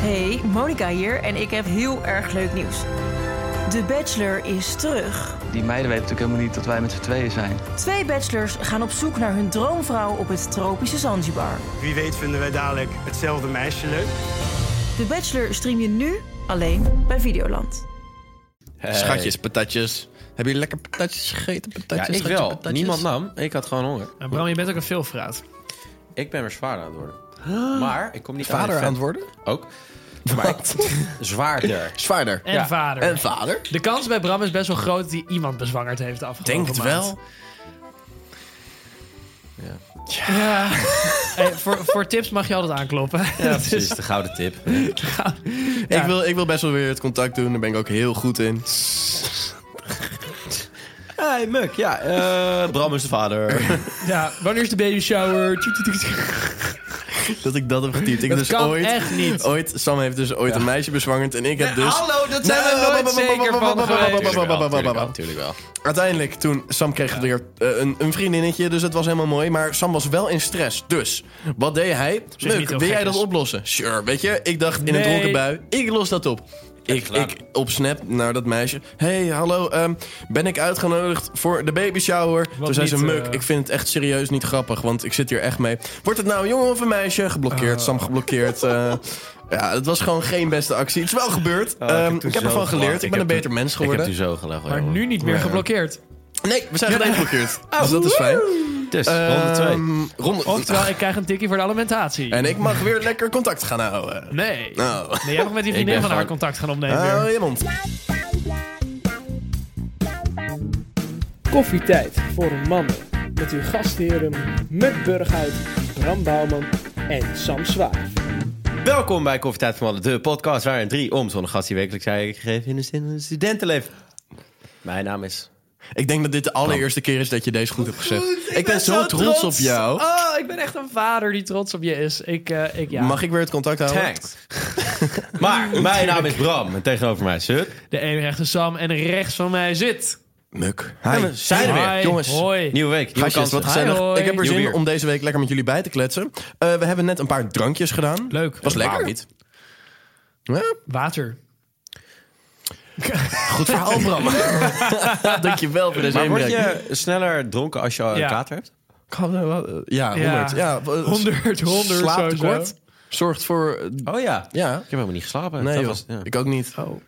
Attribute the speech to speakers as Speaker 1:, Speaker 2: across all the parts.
Speaker 1: Hey, Monica hier en ik heb heel erg leuk nieuws. De Bachelor is terug.
Speaker 2: Die meiden weten natuurlijk helemaal niet dat wij met z'n tweeën zijn.
Speaker 1: Twee bachelors gaan op zoek naar hun droomvrouw op het tropische Zanzibar.
Speaker 3: Wie weet vinden wij dadelijk hetzelfde meisje leuk.
Speaker 1: De Bachelor stream je nu alleen bij Videoland.
Speaker 4: Eh,
Speaker 5: Schatjes, patatjes. Hebben jullie lekker patatjes gegeten? Patatjes,
Speaker 4: Ja, ik
Speaker 5: schatje,
Speaker 4: wel.
Speaker 5: patatjes?
Speaker 4: Niemand nam. Ik had gewoon honger.
Speaker 6: Nou, Bram, je bent ook een veelvraat.
Speaker 4: Ik ben weer zwaarder aan het worden. Maar ik kom niet aan
Speaker 5: Vader
Speaker 4: mijn vet.
Speaker 5: antwoorden?
Speaker 4: Ook. Maar ik- zwaarder.
Speaker 5: Zwaarder.
Speaker 6: En
Speaker 4: Ja,
Speaker 6: vader.
Speaker 5: En vader?
Speaker 6: de kans bij Bram is best wel groot dat hij iemand bezwangerd heeft de afgelopen
Speaker 5: Denk het
Speaker 6: maand.
Speaker 5: wel.
Speaker 6: Ja. Hey, voor, voor tips mag je altijd aankloppen. Dus
Speaker 4: Ja, precies. De gouden tip.
Speaker 5: Ik, wil, ik wil best wel weer het contact doen. Daar ben ik ook heel goed in.
Speaker 4: Hey, Muk. Ja, eh, Bram is de vader.
Speaker 6: Ja, wanneer is de baby shower? Tjoet, tjoet, tjoet.
Speaker 5: Dat ik dat heb getypt. Ik heb
Speaker 6: Dat
Speaker 5: dus
Speaker 6: kan
Speaker 5: ooit,
Speaker 6: echt niet.
Speaker 5: ooit... Sam heeft dus ooit een meisje bezwangerd. En ik heb dus...
Speaker 6: Hallo, dat zijn we nooit zeker van
Speaker 4: Natuurlijk
Speaker 6: geweest.
Speaker 4: wel, natuurlijk wel, natuurlijk wel.
Speaker 5: Uiteindelijk toen, Sam kreeg weer eh, een, een vriendinnetje, dus het was helemaal mooi. Maar Sam was wel in stress, dus wat deed hij?
Speaker 6: niet
Speaker 5: Leuk,
Speaker 6: heel
Speaker 5: wil jij
Speaker 6: gek
Speaker 5: dat
Speaker 6: is.
Speaker 5: oplossen? Sure, weet je, ik dacht in een
Speaker 6: Nee.
Speaker 5: dronken bui, ik los dat op. Ik,
Speaker 4: gedaan.
Speaker 5: ik op Snap naar dat meisje. hey, hallo, ehm, ben ik uitgenodigd voor de baby shower? Toen zei ze,
Speaker 6: niet,
Speaker 5: muk,
Speaker 6: eh,
Speaker 5: ik vind het echt serieus niet grappig, want ik zit hier echt mee. Wordt het nou een jongen of een meisje? Geblokkeerd, Sam geblokkeerd. eh. ja, het was gewoon geen beste actie. Het is wel gebeurd.
Speaker 4: Oh,
Speaker 5: Ehm,
Speaker 4: toen
Speaker 5: ik heb
Speaker 4: zo
Speaker 5: ervan
Speaker 4: gelachen.
Speaker 5: geleerd. Ik ben een
Speaker 4: heb
Speaker 5: beter
Speaker 4: toen-
Speaker 5: mens geworden.
Speaker 4: Ik heb toen zo gelachen.
Speaker 6: Maar
Speaker 4: jongen.
Speaker 6: nu niet meer geblokkeerd.
Speaker 5: Nee, we zijn gelijk geblokkeerd. dus dat is fijn.
Speaker 4: Dus, ronde
Speaker 5: Ehm,
Speaker 4: 2.
Speaker 5: ronde-
Speaker 6: Oftewel, ik krijg een tikkie voor de alimentatie.
Speaker 5: En ik mag weer lekker contact gaan houden.
Speaker 6: Nee.
Speaker 5: Nou,
Speaker 6: Nee, jij mag met die
Speaker 4: Ik ben
Speaker 6: vriendin van haar
Speaker 4: gewoon-
Speaker 6: contact gaan opnemen weer.
Speaker 5: hou je mond.
Speaker 7: Koffietijd voor een mannen. Met uw gastheren Muk Burghuis, Bram Bouwman en Sam Zwaar.
Speaker 4: Welkom bij Koffietijd van Mannen, de podcast waarin drie omzonde gasten die wekelijks zijn gegeven in een zin- een studentenleven. Mijn naam is...
Speaker 5: Ik denk dat dit de allereerste keer is dat je deze goed hebt gezegd. ik, ben zo trots, Ah. op jou.
Speaker 6: Oh, ik ben echt een vader die trots op je is. Ik, eh, ik ja.
Speaker 5: Mag ik weer het contact
Speaker 4: Oh.
Speaker 5: houden?
Speaker 4: Thanks. maar mijn naam is Bram en tegenover mij zit...
Speaker 6: De een rechter Sam en rechts van mij zit.
Speaker 5: Muk.
Speaker 4: En we zijn er weer.
Speaker 6: Hi,
Speaker 5: jongens.
Speaker 6: Hoi.
Speaker 4: Nieuwe week, nieuwe
Speaker 5: Gastjes, wat
Speaker 4: kansen.
Speaker 5: gezellig.
Speaker 6: hoi.
Speaker 5: Ik heb er
Speaker 4: Nieuw
Speaker 5: zin
Speaker 4: bier.
Speaker 5: om deze week lekker met jullie bij te kletsen. Eh, we hebben net een paar drankjes gedaan.
Speaker 6: Leuk.
Speaker 5: Was lekker.
Speaker 4: Wauw.
Speaker 5: Niet. Ja,
Speaker 6: Water.
Speaker 5: goed verhaal, Bram. Dankjewel voor deze
Speaker 4: Maar word
Speaker 5: inbreng.
Speaker 4: je sneller dronken als je eh,
Speaker 6: Ja.
Speaker 4: kater hebt?
Speaker 5: eh, Ja, 100. Ja, eh,
Speaker 6: 100, 100
Speaker 5: Slaaptekort
Speaker 6: sowieso.
Speaker 5: zorgt voor... eh,
Speaker 4: Oh ja. Ik
Speaker 5: ja,
Speaker 4: heb helemaal niet geslapen.
Speaker 5: Nee,
Speaker 4: Dat
Speaker 5: joh.
Speaker 4: was- ja.
Speaker 5: ik ook niet.
Speaker 6: Oh,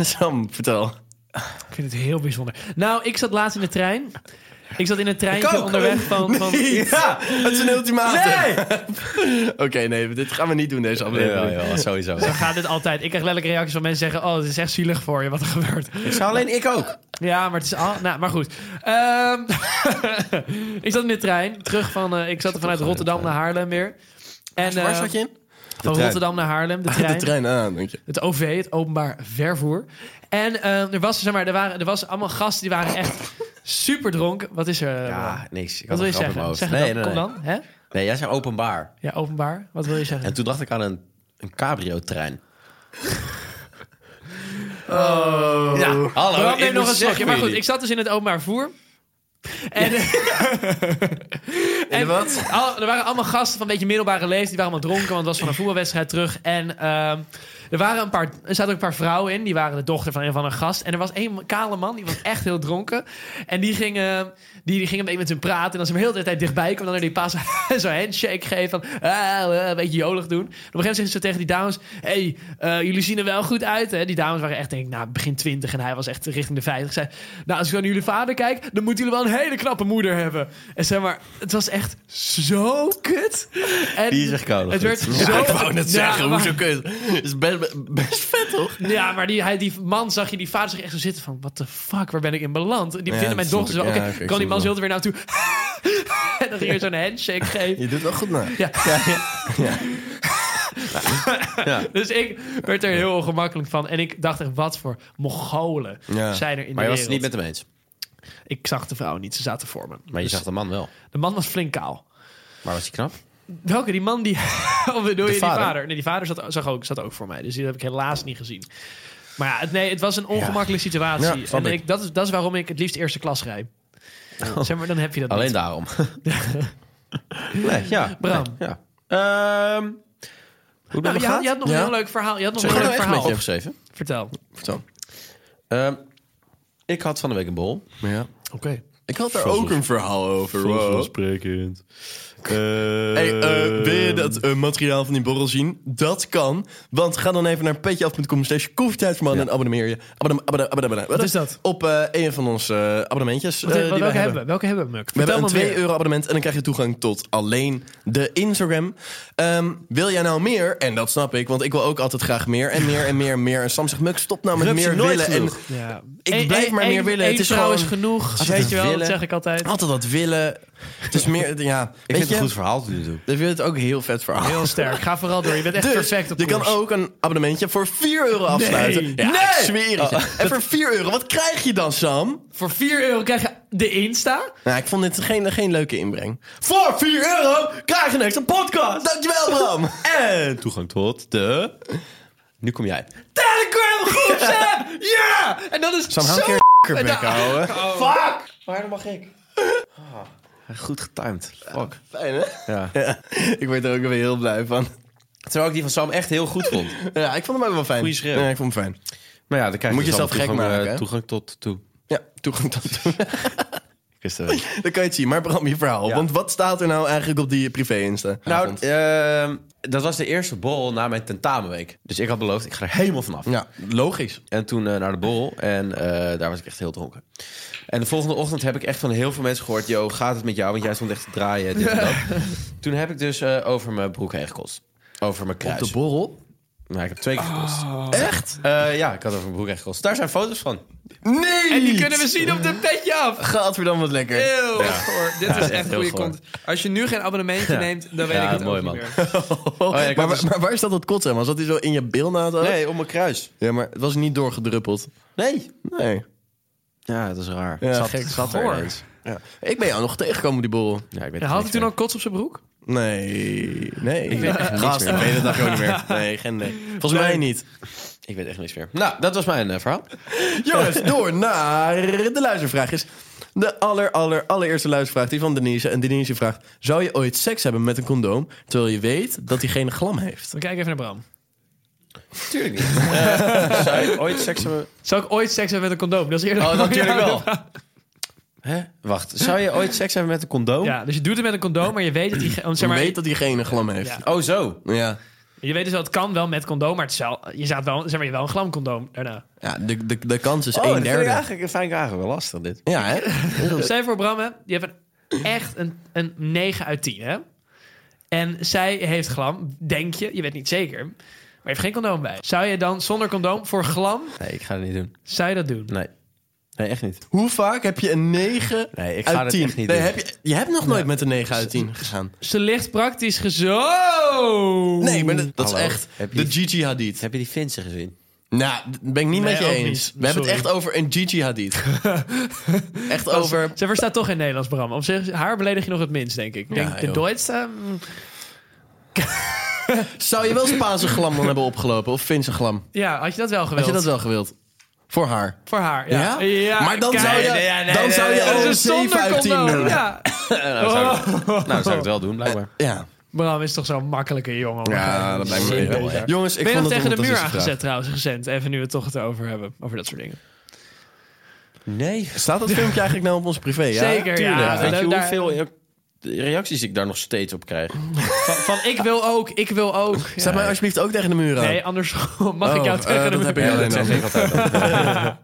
Speaker 5: Sam, vertel.
Speaker 6: ik vind het heel bijzonder. Nou, ik zat laatst in de trein. Ik zat in een
Speaker 5: Ik
Speaker 6: treintje
Speaker 5: ook.
Speaker 6: onderweg van... van
Speaker 5: Ja, het is een ultimatum.
Speaker 4: Nee!
Speaker 5: Oké, nee, dit gaan we niet doen deze
Speaker 4: Ja,
Speaker 5: aflevering.
Speaker 4: ja, sowieso.
Speaker 6: Dan gaat dit altijd. Ik krijg letterlijk reacties van mensen zeggen... Oh, het is echt zielig voor je wat er gebeurt.
Speaker 4: Ik zou alleen ik ook.
Speaker 6: Ja, maar het is al. Nou, maar goed. Ehm, ik zat in de trein. Terug van. eh, ik zat er vanuit Rotterdam naar Haarlem weer. En,
Speaker 5: Waar
Speaker 6: eh,
Speaker 5: zat je in?
Speaker 6: Van
Speaker 4: trein.
Speaker 6: Rotterdam naar Haarlem. De trein.
Speaker 5: De trein aan, denk je.
Speaker 6: Het OV, het openbaar vervoer. En eh, er, was, zeg maar, er, waren, er was allemaal gasten die waren echt super dronken. Wat is er? eh,
Speaker 4: Ja, niks. Ik
Speaker 6: wat
Speaker 4: had
Speaker 6: wil je
Speaker 4: een grap in mijn
Speaker 6: zeggen?
Speaker 4: hoofd.
Speaker 6: Zeg
Speaker 4: nee,
Speaker 6: het dan.
Speaker 4: nee, nee.
Speaker 6: Kom dan. Hè?
Speaker 4: Nee, jij zei openbaar.
Speaker 6: Ja, openbaar. Wat wil je zeggen?
Speaker 4: En toen dacht ik aan een, een cabrio-trein.
Speaker 5: Oh.
Speaker 6: Ja.
Speaker 4: Hallo,
Speaker 6: Bram, neem
Speaker 4: ik
Speaker 6: nog
Speaker 4: moet
Speaker 6: een slokje.
Speaker 4: zeggen,
Speaker 6: Maar goed,
Speaker 4: jullie.
Speaker 6: ik zat dus in het openbaar vervoer. En, en
Speaker 5: wat?
Speaker 6: al- er waren allemaal gasten van een beetje middelbare leeftijd. Die waren allemaal dronken, want het was van een voetbalwedstrijd terug. En ehm, er, waren een paar, er zaten ook een paar vrouwen in. Die waren de dochter van een van een gast. En er was één kale man, die was echt heel dronken. En die ging, eh, die, die ging een beetje met hun praten. En als ze hem heel de hele tijd dichtbij kwam, dan deed hij pas zo'n handshake geven. Van, ah, eh, een beetje jolig doen. En op een gegeven moment zeggen ze tegen die dames... hey, eh, jullie zien er wel goed uit, hè? Die dames waren echt, denk ik, nou, begin 20 en hij was echt richting de 50. Zei, nou, als ik zo naar jullie vader kijk, dan moeten jullie wel een hele knappe moeder hebben. En zeg maar, het was echt zo kut. En
Speaker 4: Die is echt koude.
Speaker 6: Het werd
Speaker 4: goed.
Speaker 6: zo...
Speaker 5: ik wou Oh, net
Speaker 6: Ja,
Speaker 5: zeggen,
Speaker 6: maar-
Speaker 5: hoezo kun je het? is best, best vet, toch?
Speaker 6: Ja, maar die, hij, die man zag je, die vader zag echt zo zitten van... What the fuck, waar ben ik in beland? Die vinden mijn
Speaker 5: dat
Speaker 6: dochter zo...
Speaker 5: snap
Speaker 6: Oké,
Speaker 5: ik. Ja, oké, ik
Speaker 6: kan die
Speaker 5: snap
Speaker 6: man zo
Speaker 5: het
Speaker 6: heel weer naartoe... en dan ging hij zo'n handshake geven.
Speaker 5: Je doet wel goed na.
Speaker 6: Ja. Dus ik werd er heel ongemakkelijk van. En ik dacht echt, wat voor Mongolen
Speaker 5: Ja.
Speaker 6: zijn er in
Speaker 4: Maar je
Speaker 6: de
Speaker 4: was het
Speaker 6: wereld.
Speaker 4: niet met hem eens.
Speaker 6: Ik zag de vrouw niet, ze zaten voor me.
Speaker 4: Maar je
Speaker 6: Dus
Speaker 4: zag de man wel.
Speaker 6: De man was flink kaal.
Speaker 4: Maar was hij knap?
Speaker 6: Welke, die man die... of bedoel je die
Speaker 4: vader?
Speaker 6: vader? Nee, die vader zat, zag ook, zat ook voor mij. Dus die heb ik helaas niet gezien. Maar ja, het, nee, het was een ongemakkelijke situatie.
Speaker 5: Ja, snap
Speaker 6: en
Speaker 5: ik. Oh.
Speaker 6: ik, dat, is, dat is waarom ik het liefst eerste klas rij. Zeg maar, dan heb je dat
Speaker 4: Alleen
Speaker 6: niet.
Speaker 4: daarom. nee, ja.
Speaker 6: Bram.
Speaker 4: Nee, ja. Ehm, Hoe
Speaker 6: Nou,
Speaker 4: dat
Speaker 6: je, had, je had nog
Speaker 5: Ja.
Speaker 6: een heel leuk verhaal. Je had nog
Speaker 4: Ik
Speaker 6: een
Speaker 4: heb
Speaker 6: leuk
Speaker 4: het echt met
Speaker 6: verhaal.
Speaker 4: je opgeschreven.
Speaker 6: Vertel.
Speaker 5: Vertel.
Speaker 4: Ehm, ik had van de week een bol.
Speaker 5: Ja.
Speaker 6: Oké.
Speaker 5: Ik had daar ook een verhaal over. Wow.
Speaker 4: Vanzelfsprekend.
Speaker 5: Hey,
Speaker 6: Ehm.
Speaker 5: eh, wil je dat eh, materiaal van die borrel zien? Dat kan. Want ga dan even naar petjeaf.com slash koffietijdverman en abonneer je. Abonne- abonne- abonne- abonne-
Speaker 6: Wat is dat?
Speaker 5: Op eh, een van onze eh, abonnementjes eh,
Speaker 6: Wat-
Speaker 5: die
Speaker 6: welke,
Speaker 5: wij
Speaker 6: hebben
Speaker 5: hebben.
Speaker 6: we? welke hebben we, Muk?
Speaker 5: We hebben een
Speaker 6: Vertel me
Speaker 5: 2
Speaker 6: meer.
Speaker 5: euro abonnement en dan krijg je toegang tot alleen de Instagram. Ehm, wil jij nou meer? En dat snap ik, want ik wil ook altijd graag meer en meer en meer en meer. En Sam zegt, Muk, stop nou met
Speaker 4: Rups,
Speaker 5: meer
Speaker 4: nooit
Speaker 5: willen. En
Speaker 4: genoeg.
Speaker 6: Ja.
Speaker 5: Ik
Speaker 6: Eén-
Speaker 5: blijf
Speaker 6: één-
Speaker 5: maar meer
Speaker 6: één-
Speaker 5: willen.
Speaker 6: één
Speaker 5: Het is
Speaker 6: vrouw
Speaker 5: gewoon-
Speaker 6: is genoeg.
Speaker 5: het
Speaker 6: Weet je wel, dat
Speaker 5: willen.
Speaker 6: zeg ik altijd.
Speaker 5: altijd dat willen. Het is meer, ja.
Speaker 4: Ik
Speaker 5: weet
Speaker 4: vind het
Speaker 5: je,
Speaker 4: een goed verhaal tot nu toe.
Speaker 5: Ik vind het ook een heel vet verhaal.
Speaker 6: Heel sterk. Ga vooral door. Je bent echt
Speaker 5: Dus,
Speaker 6: perfect op
Speaker 5: je
Speaker 6: koers.
Speaker 5: kan ook een abonnementje voor 4 euro afsluiten.
Speaker 6: Nee.
Speaker 5: Ja,
Speaker 6: Nee.
Speaker 5: ik zweer het je. En voor 4 euro, wat krijg je dan, Sam?
Speaker 6: Voor 4 euro krijg je de Insta.
Speaker 5: Nou, ik vond dit geen, geen leuke inbreng. Voor 4 euro krijg je een extra podcast. Dankjewel, Bram.
Speaker 4: En toegang tot de... Nu kom jij.
Speaker 6: Telegram groep, Sam! Ja! En dat is
Speaker 5: Sam, hou een
Speaker 6: zo...
Speaker 5: keer je bek houden.
Speaker 4: Goed getimed. Fuck.
Speaker 5: Fijn, hè?
Speaker 4: Ja.
Speaker 5: Ik word er ook weer heel blij van.
Speaker 4: Terwijl ik die van Sam echt heel goed vond.
Speaker 5: Ja, ik vond hem ook wel fijn.
Speaker 4: Goeie schreeuw.
Speaker 5: Ja, ik vond hem fijn.
Speaker 4: Maar ja, dan krijg je
Speaker 5: Moet je
Speaker 4: dus
Speaker 5: zelf
Speaker 4: al
Speaker 5: gek
Speaker 4: toegang,
Speaker 5: maken,
Speaker 4: eh,
Speaker 5: hè?
Speaker 4: Toegang tot toe.
Speaker 5: Ja, toegang tot
Speaker 4: Ik wist het wel.
Speaker 5: Dan kan je het zien. Maar Bram, je verhaal.
Speaker 4: Ja.
Speaker 5: Want wat staat er nou eigenlijk op die privé-insta?
Speaker 4: Nou, ehm, dat was de eerste bol na mijn tentamenweek. Dus ik had beloofd, ik ga er helemaal vanaf.
Speaker 5: ja, logisch.
Speaker 4: En toen eh, naar de bol en eh, daar was ik echt heel dronken. En de volgende ochtend heb ik echt van heel veel mensen gehoord... Yo, gaat het met jou? Want jij stond echt te draaien, dit en dat. Toen heb ik dus eh, over mijn broek heen gekost. Over mijn kruis.
Speaker 5: borrel?
Speaker 4: Nou, ik heb twee keer gekost.
Speaker 5: Echt?
Speaker 4: Eh, ja, ik had over mijn broek heen gekost. Daar zijn foto's van.
Speaker 5: Nee!
Speaker 6: En die kunnen we zien op de petje af.
Speaker 5: Gadverdamme wat lekker.
Speaker 6: Heel goor. Dit is echt
Speaker 4: heel
Speaker 6: goede
Speaker 4: goor.
Speaker 6: content. Als je nu geen abonnementje neemt, dan weet
Speaker 4: Ja,
Speaker 6: ik het ook
Speaker 4: mooi,
Speaker 6: niet
Speaker 4: man.
Speaker 6: meer.
Speaker 4: Oh, ja, ik
Speaker 5: maar,
Speaker 4: had dus-
Speaker 5: maar waar staat dat kot aan? Was dat die zo in je bilnaad ook?
Speaker 4: Nee, op mijn kruis.
Speaker 5: Ja, maar het was niet doorgedruppeld.
Speaker 4: Nee.
Speaker 5: Nee.
Speaker 4: Ja, dat is raar.
Speaker 5: Ja,
Speaker 4: Het zat,
Speaker 5: gek.
Speaker 4: het zat er
Speaker 6: Goor.
Speaker 4: ineens.
Speaker 5: Ik ben jou nog tegengekomen, die borrel.
Speaker 4: Ja, ik weet
Speaker 6: Ja,
Speaker 4: het
Speaker 6: Had
Speaker 4: niet
Speaker 6: hij toen
Speaker 4: meer.
Speaker 6: al kots op zijn broek?
Speaker 5: Nee. Nee. Ik
Speaker 6: weet echt
Speaker 5: Gast, ik weet het nou gewoon niet meer. Nee, geen nee. Volgens mij niet.
Speaker 4: Ik weet echt niks meer. Nou, dat was mijn eh, verhaal.
Speaker 5: Jongens, door naar de luistervraag is. De aller, aller, allereerste luistervraag die van Denise. En Denise vraagt, zou je ooit seks hebben met een condoom... terwijl je weet dat diegene glam heeft?
Speaker 6: We kijken even naar Bram.
Speaker 4: Tuurlijk niet. zou je ooit Oh, seks hebben...
Speaker 6: Zou ik ooit seks hebben met een condoom? Dat is eerder
Speaker 4: Oh, natuurlijk wel. Hè? Wacht, zou je ooit seks hebben met een condoom?
Speaker 6: Ja, dus je doet het met een condoom, maar je weet dat die... ge- Zeg
Speaker 5: Je
Speaker 6: maar,
Speaker 5: weet dat diegene glam heeft.
Speaker 4: Oh, zo.
Speaker 5: Ja.
Speaker 6: Je weet dus wel, het kan wel met condoom, maar het is wel, je zat wel, zeg maar, je wel een glam condoom daarna.
Speaker 5: Ja, de, de, de kans is
Speaker 4: Oh,
Speaker 5: een
Speaker 4: dat vind ik
Speaker 5: derde.
Speaker 4: eigenlijk, dat vind ik eigenlijk wel lastig, dit.
Speaker 5: Ja, hè?
Speaker 6: Stel je voor, Bram, hè, je hebt een, echt een, een 9 uit 10, hè? En zij heeft glam, denk je, je weet niet zeker, maar je heeft geen condoom bij. Zou je dan zonder condoom voor glam,
Speaker 4: Nee, ik ga het niet doen.
Speaker 6: zou je dat doen?
Speaker 4: Nee. Nee, echt niet.
Speaker 5: Hoe vaak heb je een 9
Speaker 4: Nee, ik ga
Speaker 5: uit
Speaker 4: dat
Speaker 5: 10?
Speaker 4: echt niet
Speaker 5: Nee,
Speaker 4: doen.
Speaker 5: heb je, je hebt nog nooit met een 9 uit 10 gegaan.
Speaker 6: Ze ligt praktisch gezo.
Speaker 5: Nee, maar dat, dat is
Speaker 4: Hallo,
Speaker 5: echt
Speaker 4: heb je
Speaker 5: de
Speaker 4: die-
Speaker 5: Gigi Hadid.
Speaker 4: Heb je die Finse gezien?
Speaker 5: Nou, dat ben ik niet
Speaker 6: Nee,
Speaker 5: met je
Speaker 6: ook
Speaker 5: eens.
Speaker 6: niet.
Speaker 5: We hebben het
Speaker 6: Sorry.
Speaker 5: echt over een Gigi Hadid. echt over...
Speaker 6: Ze verstaat toch in Nederlands, Bram. Op zich, haar beledig je nog het minst, denk ik. Ik denk, de
Speaker 5: joh.
Speaker 6: Duits... eh, mm,
Speaker 5: Zou je wel Spaanse glam dan hebben opgelopen? Of Finse glam?
Speaker 6: ja, had je dat wel
Speaker 5: Had
Speaker 6: gewild?
Speaker 5: je dat wel gewild? Voor haar.
Speaker 6: Voor haar,
Speaker 5: Ja?
Speaker 6: ja.
Speaker 5: maar dan
Speaker 6: kijk.
Speaker 5: zou je, dan zou je
Speaker 6: Dat is
Speaker 5: al een 7
Speaker 6: een zonder
Speaker 5: uit 10
Speaker 6: condoom.
Speaker 5: doen.
Speaker 6: Ja.
Speaker 4: nou, zou ik, nou, zou ik het wel doen, blijkbaar.
Speaker 5: Ja.
Speaker 6: Bram is toch zo'n makkelijke jongen.
Speaker 5: Ja, dat lijkt me
Speaker 6: Shit,
Speaker 5: wel,
Speaker 6: deze.
Speaker 5: ja. Jongens, ik
Speaker 6: ben je nog
Speaker 5: vond het
Speaker 6: tegen de muur
Speaker 5: ondertussen
Speaker 6: aangezet trouwens, recent. Even nu we het toch het over hebben, over dat soort dingen.
Speaker 4: Nee.
Speaker 5: Staat dat filmpje eigenlijk nou op ons privé? Ja?
Speaker 6: Zeker,
Speaker 4: Tuurlijk.
Speaker 6: ja.
Speaker 4: Weet
Speaker 6: Daar-
Speaker 4: je
Speaker 6: daar-
Speaker 4: hoeveel reacties ik daar nog steeds op krijg?
Speaker 6: Van, van ik wil ook, ik wil ook. Ja.
Speaker 5: Zet mij alsjeblieft ook tegen de muur aan.
Speaker 6: Nee, andersom. Mag ik
Speaker 5: Oh,
Speaker 6: jou
Speaker 5: eh,
Speaker 6: tegen de
Speaker 5: dat
Speaker 6: muur?
Speaker 5: heb ik alleen
Speaker 4: zeg
Speaker 5: dan.
Speaker 4: ik altijd.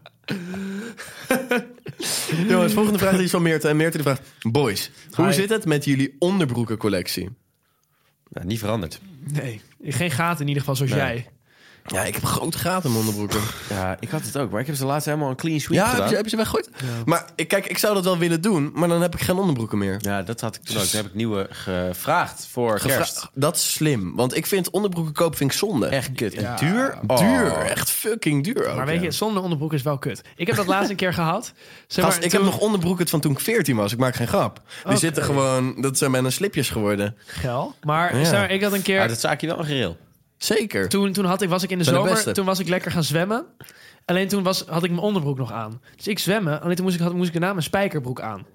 Speaker 5: Jongens, volgende vraag is van Meerte. En Meerte die vraagt... Boys, hoe
Speaker 6: Hi.
Speaker 5: zit het met jullie onderbroekencollectie?
Speaker 4: Nou, niet veranderd.
Speaker 6: Nee, geen gaten in ieder geval, zoals
Speaker 4: Nee.
Speaker 6: jij.
Speaker 5: Ja, ik heb grote gaten in mijn onderbroeken.
Speaker 4: Ja, ik had het ook, maar ik heb ze laatst helemaal een clean sweep
Speaker 5: ja, heb
Speaker 4: gedaan.
Speaker 5: je, heb je ze weggegooid? Maar ik- kijk, ik zou dat wel willen doen, maar dan heb ik geen onderbroeken meer.
Speaker 4: Ja, dat had ik toen ook. Toen heb ik nieuwe gevraagd voor kerst.
Speaker 5: Gevra- Dat is slim, want ik vind onderbroeken kopen vind ik zonde.
Speaker 4: Echt kut. En duur? Oh.
Speaker 5: Duur, echt fucking duur ook.
Speaker 6: Maar weet je, zonder onderbroek is wel kut. Ik heb dat laatst een keer gehad. Zeg
Speaker 5: Gast,
Speaker 6: maar,
Speaker 5: ik
Speaker 6: toen-
Speaker 5: heb nog onderbroeken van toen ik 14 was. Ik maak geen grap. Die
Speaker 6: Oké.
Speaker 5: zitten gewoon, dat zijn bijna slipjes geworden.
Speaker 6: Geil. Maar
Speaker 5: Ja.
Speaker 6: zeg maar, ik had een keer...
Speaker 4: Maar dat zaakje wel een gereel.
Speaker 5: Zeker.
Speaker 6: Toen, toen had ik, was ik in de
Speaker 5: Ben de
Speaker 6: zomer,
Speaker 5: beste.
Speaker 6: toen was ik lekker gaan zwemmen. Alleen toen was, had ik mijn onderbroek nog aan. Dus ik zwemmen, alleen toen
Speaker 5: Oh.
Speaker 6: moest ik, had, moest ik daarna mijn spijkerbroek aan.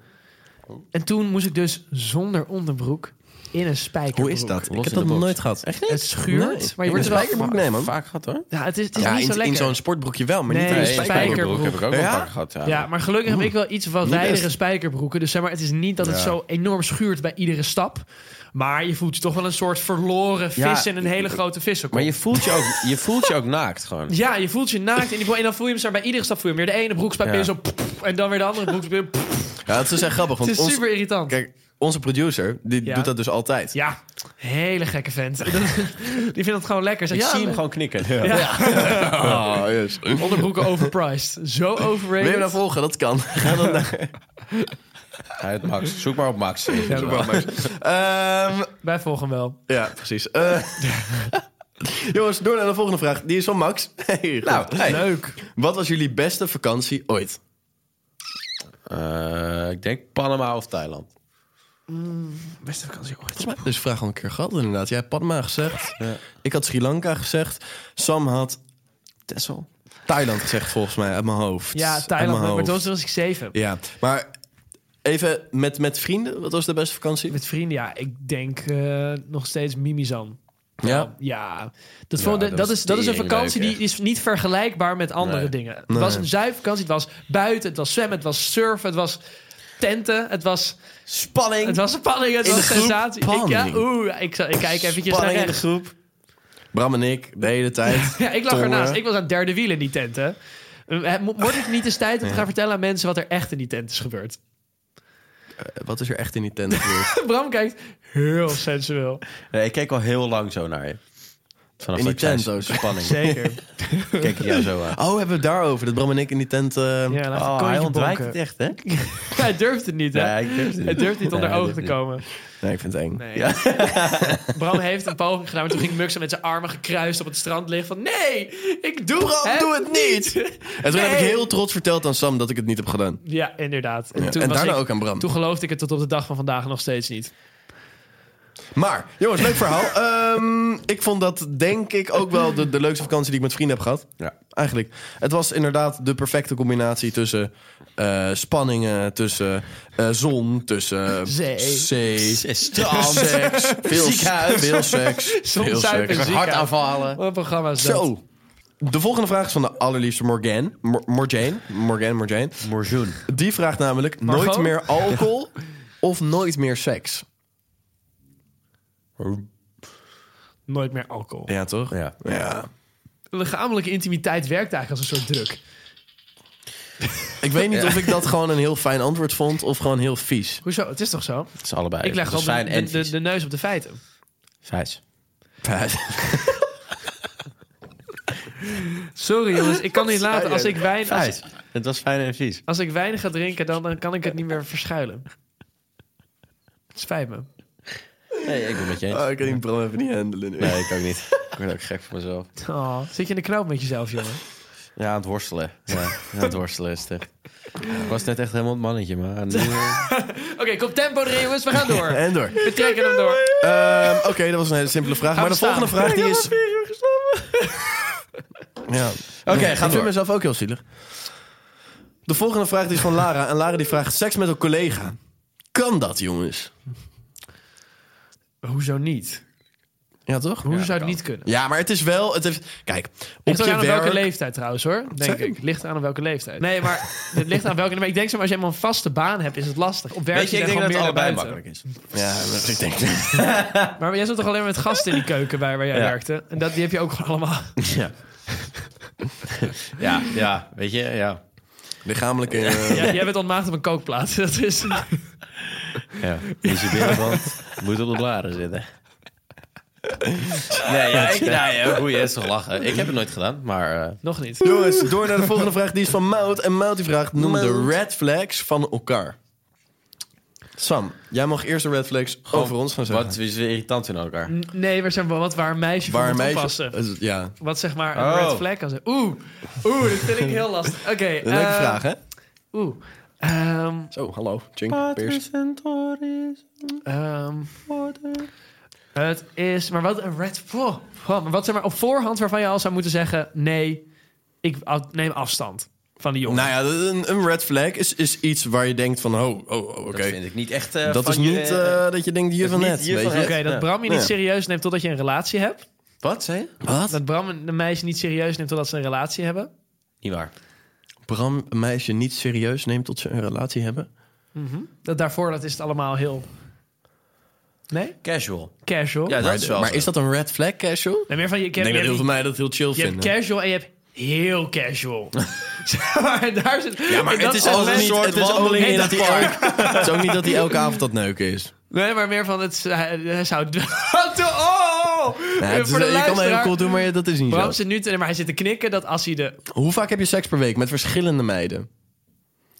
Speaker 6: En toen moest ik dus zonder onderbroek in een spijkerbroek.
Speaker 4: Hoe is dat?
Speaker 5: Ik
Speaker 4: Los
Speaker 5: heb
Speaker 4: in
Speaker 5: dat
Speaker 4: de
Speaker 5: nog
Speaker 4: box.
Speaker 5: nooit gehad.
Speaker 4: Echt
Speaker 6: Het
Speaker 4: niet?
Speaker 6: schuurt,
Speaker 5: Nee.
Speaker 6: maar
Speaker 5: In
Speaker 6: je wordt
Speaker 5: een
Speaker 6: er wel...
Speaker 5: spijkerbroek? Nee, man.
Speaker 4: Vaak gehad hoor.
Speaker 6: Ja, het is, het is
Speaker 5: Ja,
Speaker 6: niet
Speaker 5: in,
Speaker 6: zo
Speaker 5: in
Speaker 6: lekker.
Speaker 5: zo'n sportbroekje wel, maar
Speaker 6: Nee,
Speaker 5: niet in een
Speaker 6: een
Speaker 5: spijkerbroek.
Speaker 6: spijkerbroek.
Speaker 4: heb ik ook
Speaker 5: Ja?
Speaker 4: wel vaak gehad. Ja.
Speaker 6: Ja, maar gelukkig heb ik wel iets wat
Speaker 5: Niet
Speaker 6: wijdere
Speaker 5: best.
Speaker 6: spijkerbroeken. Dus zeg maar, het is niet dat het
Speaker 4: Ja.
Speaker 6: zo enorm schuurt bij iedere stap. Maar je voelt je toch wel een soort verloren
Speaker 4: Ja,
Speaker 6: vis in een hele grote vissenkop.
Speaker 4: Maar je voelt je ook, je voelt je ook naakt gewoon.
Speaker 6: Ja, je voelt je naakt in die boel. En dan voel je hem zo bij iedere stap voel je hem weer. De ene broekspijp
Speaker 4: Ja.
Speaker 6: weer zo... pff, en dan weer de andere broekspijp weer... pff.
Speaker 5: Ja, het is echt grappig.
Speaker 6: Het
Speaker 5: Want
Speaker 6: is
Speaker 5: ons-
Speaker 6: super irritant.
Speaker 5: kijk, onze producer, die
Speaker 6: Ja.
Speaker 5: doet dat dus altijd.
Speaker 6: Ja, hele gekke vent. die vindt het gewoon lekker. Zeg,
Speaker 4: Ik
Speaker 6: ja,
Speaker 4: zie hem gewoon knikken. Ja.
Speaker 5: Ah, yes. Wil
Speaker 6: Onderbroeken overpriced. Zo
Speaker 5: je hem
Speaker 6: overrated.
Speaker 5: nou volgen? Dat kan. Ga dan naar...
Speaker 4: Hij heet Max. Zoek maar op Max.
Speaker 6: Ja,
Speaker 4: Zoek maar op Max.
Speaker 5: Ehm,
Speaker 6: Wij volgen hem wel.
Speaker 5: ja, precies. Eh, jongens, door naar de volgende vraag. Die is van Max. Hey, nou,
Speaker 6: Leuk.
Speaker 5: Wat was jullie beste vakantie ooit?
Speaker 4: Eh, ik denk Panama of Thailand.
Speaker 6: Beste vakantie ooit.
Speaker 5: Volgens mij dus vraag al een keer gehad inderdaad. Jij had Padma gezegd. Ik had Sri Lanka gezegd. Sam had
Speaker 4: Tessel.
Speaker 5: Thailand gezegd volgens mij uit mijn hoofd.
Speaker 6: Ja,
Speaker 5: Uit
Speaker 6: Thailand.
Speaker 5: mijn
Speaker 6: Maar
Speaker 5: hoofd.
Speaker 6: toen was ik zeven.
Speaker 5: Ja, maar even met, met vrienden. Wat was de beste vakantie?
Speaker 6: Met vrienden, ja. Ik denk eh, nog steeds Mimizan.
Speaker 5: Ja.
Speaker 6: Ja. Dat, vond,
Speaker 4: dat
Speaker 6: dat,
Speaker 4: was
Speaker 6: is, dat is een
Speaker 4: tering
Speaker 6: vakantie
Speaker 4: leuk,
Speaker 6: die is niet vergelijkbaar met andere
Speaker 4: Nee.
Speaker 6: dingen. Het was een zuivervakantie. Het was buiten. Het was zwemmen. Het was surfen. Het was tenten. Het was,
Speaker 4: Spanning.
Speaker 6: het was spanning. Het
Speaker 5: In de
Speaker 6: was
Speaker 5: groep
Speaker 6: sensatie. Ik, ja,
Speaker 5: spanning.
Speaker 6: oeh, ik, zal- ik kijk eventjes
Speaker 5: Spanning
Speaker 6: naar
Speaker 5: in de
Speaker 6: rechts.
Speaker 5: groep. Bram en ik, de hele tijd.
Speaker 6: Ja, ik lag
Speaker 5: Tongen.
Speaker 6: ernaast. Ik was aan het derde wiel in die tent, hè. Eh, mo- Wordt het niet eens tijd om te gaan vertellen aan mensen wat er echt in die tent is gebeurd?
Speaker 5: Wat is er echt in die tent gebeurd?
Speaker 6: Bram kijkt heel sensueel.
Speaker 4: Nee, ik keek al heel lang zo naar je. Vanaf
Speaker 5: In die
Speaker 4: dat ik zei,
Speaker 5: tent zo.
Speaker 4: Spanning.
Speaker 6: Zeker.
Speaker 4: Kijk ik jou zo aan.
Speaker 5: Oh, hebben we het daarover? Dat Bram en ik in die tent... eh,
Speaker 6: Ja, laat
Speaker 4: Oh,
Speaker 6: een
Speaker 4: hij
Speaker 6: kontje
Speaker 4: ontwijkt
Speaker 6: Ah, bonken.
Speaker 4: het echt, hè?
Speaker 6: Hij durft het niet, hè?
Speaker 4: ik durf
Speaker 6: Hij durft niet onder
Speaker 4: Nee, hij
Speaker 6: ogen te
Speaker 4: durft
Speaker 6: komen.
Speaker 5: Nee, ik vind het eng.
Speaker 6: Nee. Bram heeft een poging gedaan, maar toen ging Muxa met zijn armen gekruist op het strand liggen van... Nee, ik doe
Speaker 5: Bram,
Speaker 6: het
Speaker 5: doe het niet! En toen heb ik
Speaker 6: Nee.
Speaker 5: heel trots verteld aan Sam dat ik het niet heb gedaan.
Speaker 6: Ja, inderdaad. En,
Speaker 5: Ja,
Speaker 6: toen,
Speaker 5: en
Speaker 6: was
Speaker 5: daarna
Speaker 6: ik-
Speaker 5: ook aan Bram.
Speaker 6: toen geloofde ik het tot op de dag van vandaag nog steeds niet.
Speaker 5: Maar, jongens, leuk verhaal. Ehm, ik vond dat denk ik ook wel de, de leukste vakantie die ik met vrienden heb gehad.
Speaker 4: Ja.
Speaker 5: Eigenlijk. Het was inderdaad de perfecte combinatie tussen eh, spanningen, tussen eh, zon, tussen
Speaker 6: Zee.
Speaker 5: zee,
Speaker 4: Strand.
Speaker 5: seks, veel,
Speaker 4: Ziekenhuis.
Speaker 5: veel seks, veel
Speaker 6: zuipen,
Speaker 5: seks.
Speaker 6: ziekenhuis.
Speaker 4: Hartaanvallen.
Speaker 6: Wat een programma is dat?
Speaker 5: Zo. De volgende vraag is van de allerliefste Morgan. Mor- Morjane. Morgan, Morjane.
Speaker 4: Morjoen.
Speaker 5: Die vraagt namelijk
Speaker 6: Margot?
Speaker 5: nooit meer alcohol of nooit meer seks.
Speaker 6: Nooit meer alcohol.
Speaker 5: Ja, toch?
Speaker 4: Ja.
Speaker 5: Ja.
Speaker 6: De lichamelijke intimiteit werkt eigenlijk als een soort druk.
Speaker 5: Ik weet niet of ik dat gewoon een heel fijn antwoord vond of gewoon heel vies.
Speaker 6: Hoezo? Het is toch zo?
Speaker 4: Het is allebei.
Speaker 6: ik leg
Speaker 4: Het is
Speaker 6: gewoon
Speaker 4: fijn
Speaker 6: de,
Speaker 4: en
Speaker 6: de, de,
Speaker 4: vies.
Speaker 6: de neus op de feiten.
Speaker 4: Vijs.
Speaker 6: Sorry jongens, ik kan niet laten. Als ik, wijn, als,
Speaker 4: Vijs. Het was fijn en vies.
Speaker 6: als ik wijn ga drinken, dan, dan kan ik het niet meer verschuilen. Het spijt me.
Speaker 4: Nee, ik ben met je eens.
Speaker 5: Oh, ik kan die Bram even niet handelen nu.
Speaker 4: Nee, ik ook niet. Ik ben ook gek voor mezelf.
Speaker 6: Oh, zit je in de knoop met jezelf, jongen?
Speaker 4: Ja, aan het worstelen. Ja, aan het worstelen is het echt. Ik was net echt helemaal het mannetje, maar nu... eh,
Speaker 6: Oké, kom tempo erin jongens, we gaan door.
Speaker 5: En door.
Speaker 6: We trekken hem door.
Speaker 5: Ehm, Oké, dat was een hele simpele vraag. maar de
Speaker 6: staan.
Speaker 5: volgende vraag die is... Ja.
Speaker 4: Oké,
Speaker 5: ik
Speaker 4: ga
Speaker 5: vind
Speaker 4: door.
Speaker 5: mezelf ook heel zielig. De volgende vraag die is van Lara. En Lara die vraagt seks met een collega. Kan dat, jongens?
Speaker 6: Hoezo niet?
Speaker 5: Ja, toch?
Speaker 6: Hoe zou het niet kunnen?
Speaker 5: Ja, maar het is wel... Het heeft, kijk, op
Speaker 6: Ligt ook
Speaker 5: je
Speaker 6: aan op welke
Speaker 5: werk...
Speaker 6: leeftijd trouwens hoor, denk
Speaker 5: Sorry?
Speaker 6: ik. Ligt aan op welke leeftijd. Nee, maar het ligt aan welke... Maar ik denk zo, maar als je helemaal een vaste baan hebt, is het lastig. Op werk
Speaker 4: Weet je, ik
Speaker 6: is
Speaker 4: denk dat het
Speaker 6: gewoon meer
Speaker 4: allebei
Speaker 6: naar buiten.
Speaker 4: makkelijk is.
Speaker 5: Ja, dat- ik denk...
Speaker 6: Maar jij zat toch alleen maar met gasten in die keuken waar, waar jij
Speaker 4: Ja.
Speaker 6: werkte? En dat, die heb je ook gewoon allemaal.
Speaker 4: Ja. ja, ja, weet je, ja.
Speaker 5: Lichamelijke... eh,
Speaker 6: Ja, jij bent ontmaagd op een kookplaat. Dat is...
Speaker 4: ja. Dus je binnenband moet op de blaren zitten. Nee, ja, ik, nou ja, boeien, is toch lachen. Ik heb het nooit gedaan, maar... eh,
Speaker 6: Nog niet.
Speaker 5: Jongens, door naar de volgende vraag. Die is van Mout. En Mout die vraagt, noem de red flags van elkaar. Sam, jij mag eerst de red flags over ons gaan zeggen.
Speaker 4: Oh, wat is weer irritant in elkaar?
Speaker 6: N- Nee, maar zeg maar, wat waar een meisje voor
Speaker 5: Waar
Speaker 6: moet
Speaker 5: een
Speaker 6: oppassen.
Speaker 5: meisje... Ja,
Speaker 6: Wat zeg maar een
Speaker 4: Oh.
Speaker 6: red flag kan zijn. Oeh, oeh, dat vind ik heel lastig. Oké.
Speaker 5: een leuke
Speaker 6: eh,
Speaker 5: vraag, hè?
Speaker 6: Oeh. Ehm,
Speaker 5: Zo, hallo. Chink, Peers.
Speaker 6: ehm, het is, maar wat een red flag. Oh, maar wat zeg maar op voorhand waarvan je al zou moeten zeggen: nee, ik af- neem afstand. van die jongen.
Speaker 5: Nou ja, een, een red flag is, is iets waar je denkt van, oh, oh, oh, oké.
Speaker 4: Dat vind ik niet echt. eh,
Speaker 5: Dat
Speaker 4: van
Speaker 5: is niet
Speaker 4: je-
Speaker 5: eh, dat je denkt, je
Speaker 4: dat
Speaker 5: van
Speaker 4: is niet
Speaker 5: net.
Speaker 4: hier
Speaker 5: Weet
Speaker 4: van
Speaker 5: je?
Speaker 4: net.
Speaker 6: Oké, dat
Speaker 4: Ja.
Speaker 6: Bram je niet
Speaker 5: Ja.
Speaker 6: serieus neemt totdat je een relatie hebt.
Speaker 4: Wat zei je?
Speaker 5: Wat?
Speaker 6: Dat Bram een een meisje niet serieus neemt totdat ze een relatie hebben.
Speaker 4: Niet waar.
Speaker 5: Bram een meisje niet serieus neemt tot ze een relatie hebben?
Speaker 6: Dat daarvoor dat is het allemaal heel... Nee?
Speaker 4: Casual.
Speaker 6: Casual.
Speaker 4: Ja, dat
Speaker 5: maar
Speaker 4: is wel.
Speaker 5: maar
Speaker 4: zo.
Speaker 5: is dat een red flag casual?
Speaker 6: Nee, meer van je,
Speaker 5: Ik
Speaker 6: je,
Speaker 5: denk dat
Speaker 6: hebt,
Speaker 5: heel veel mij dat heel chill
Speaker 6: je hebt
Speaker 5: vinden.
Speaker 6: casual en je hebt heel casual. Zeg maar daar zit,
Speaker 5: Ja, maar
Speaker 6: en dat
Speaker 5: het is
Speaker 6: zijn
Speaker 5: ook
Speaker 6: mensen-
Speaker 5: niet, het is ook
Speaker 6: wandeling
Speaker 5: niet
Speaker 6: in
Speaker 5: dat hij elk- het is ook niet dat hij elke avond dat neuken is.
Speaker 6: Nee, maar meer van het... Hij, hij zou... Wat de- Oh!
Speaker 5: Nou, het is-
Speaker 6: Voor de
Speaker 5: je kan heel
Speaker 6: luisteraar.
Speaker 5: cool doen, maar dat is niet
Speaker 6: Bram
Speaker 5: zo.
Speaker 6: zit nu... te- Maar hij zit te knikken dat als hij de...
Speaker 5: Hoe vaak heb je seks per week met verschillende meiden?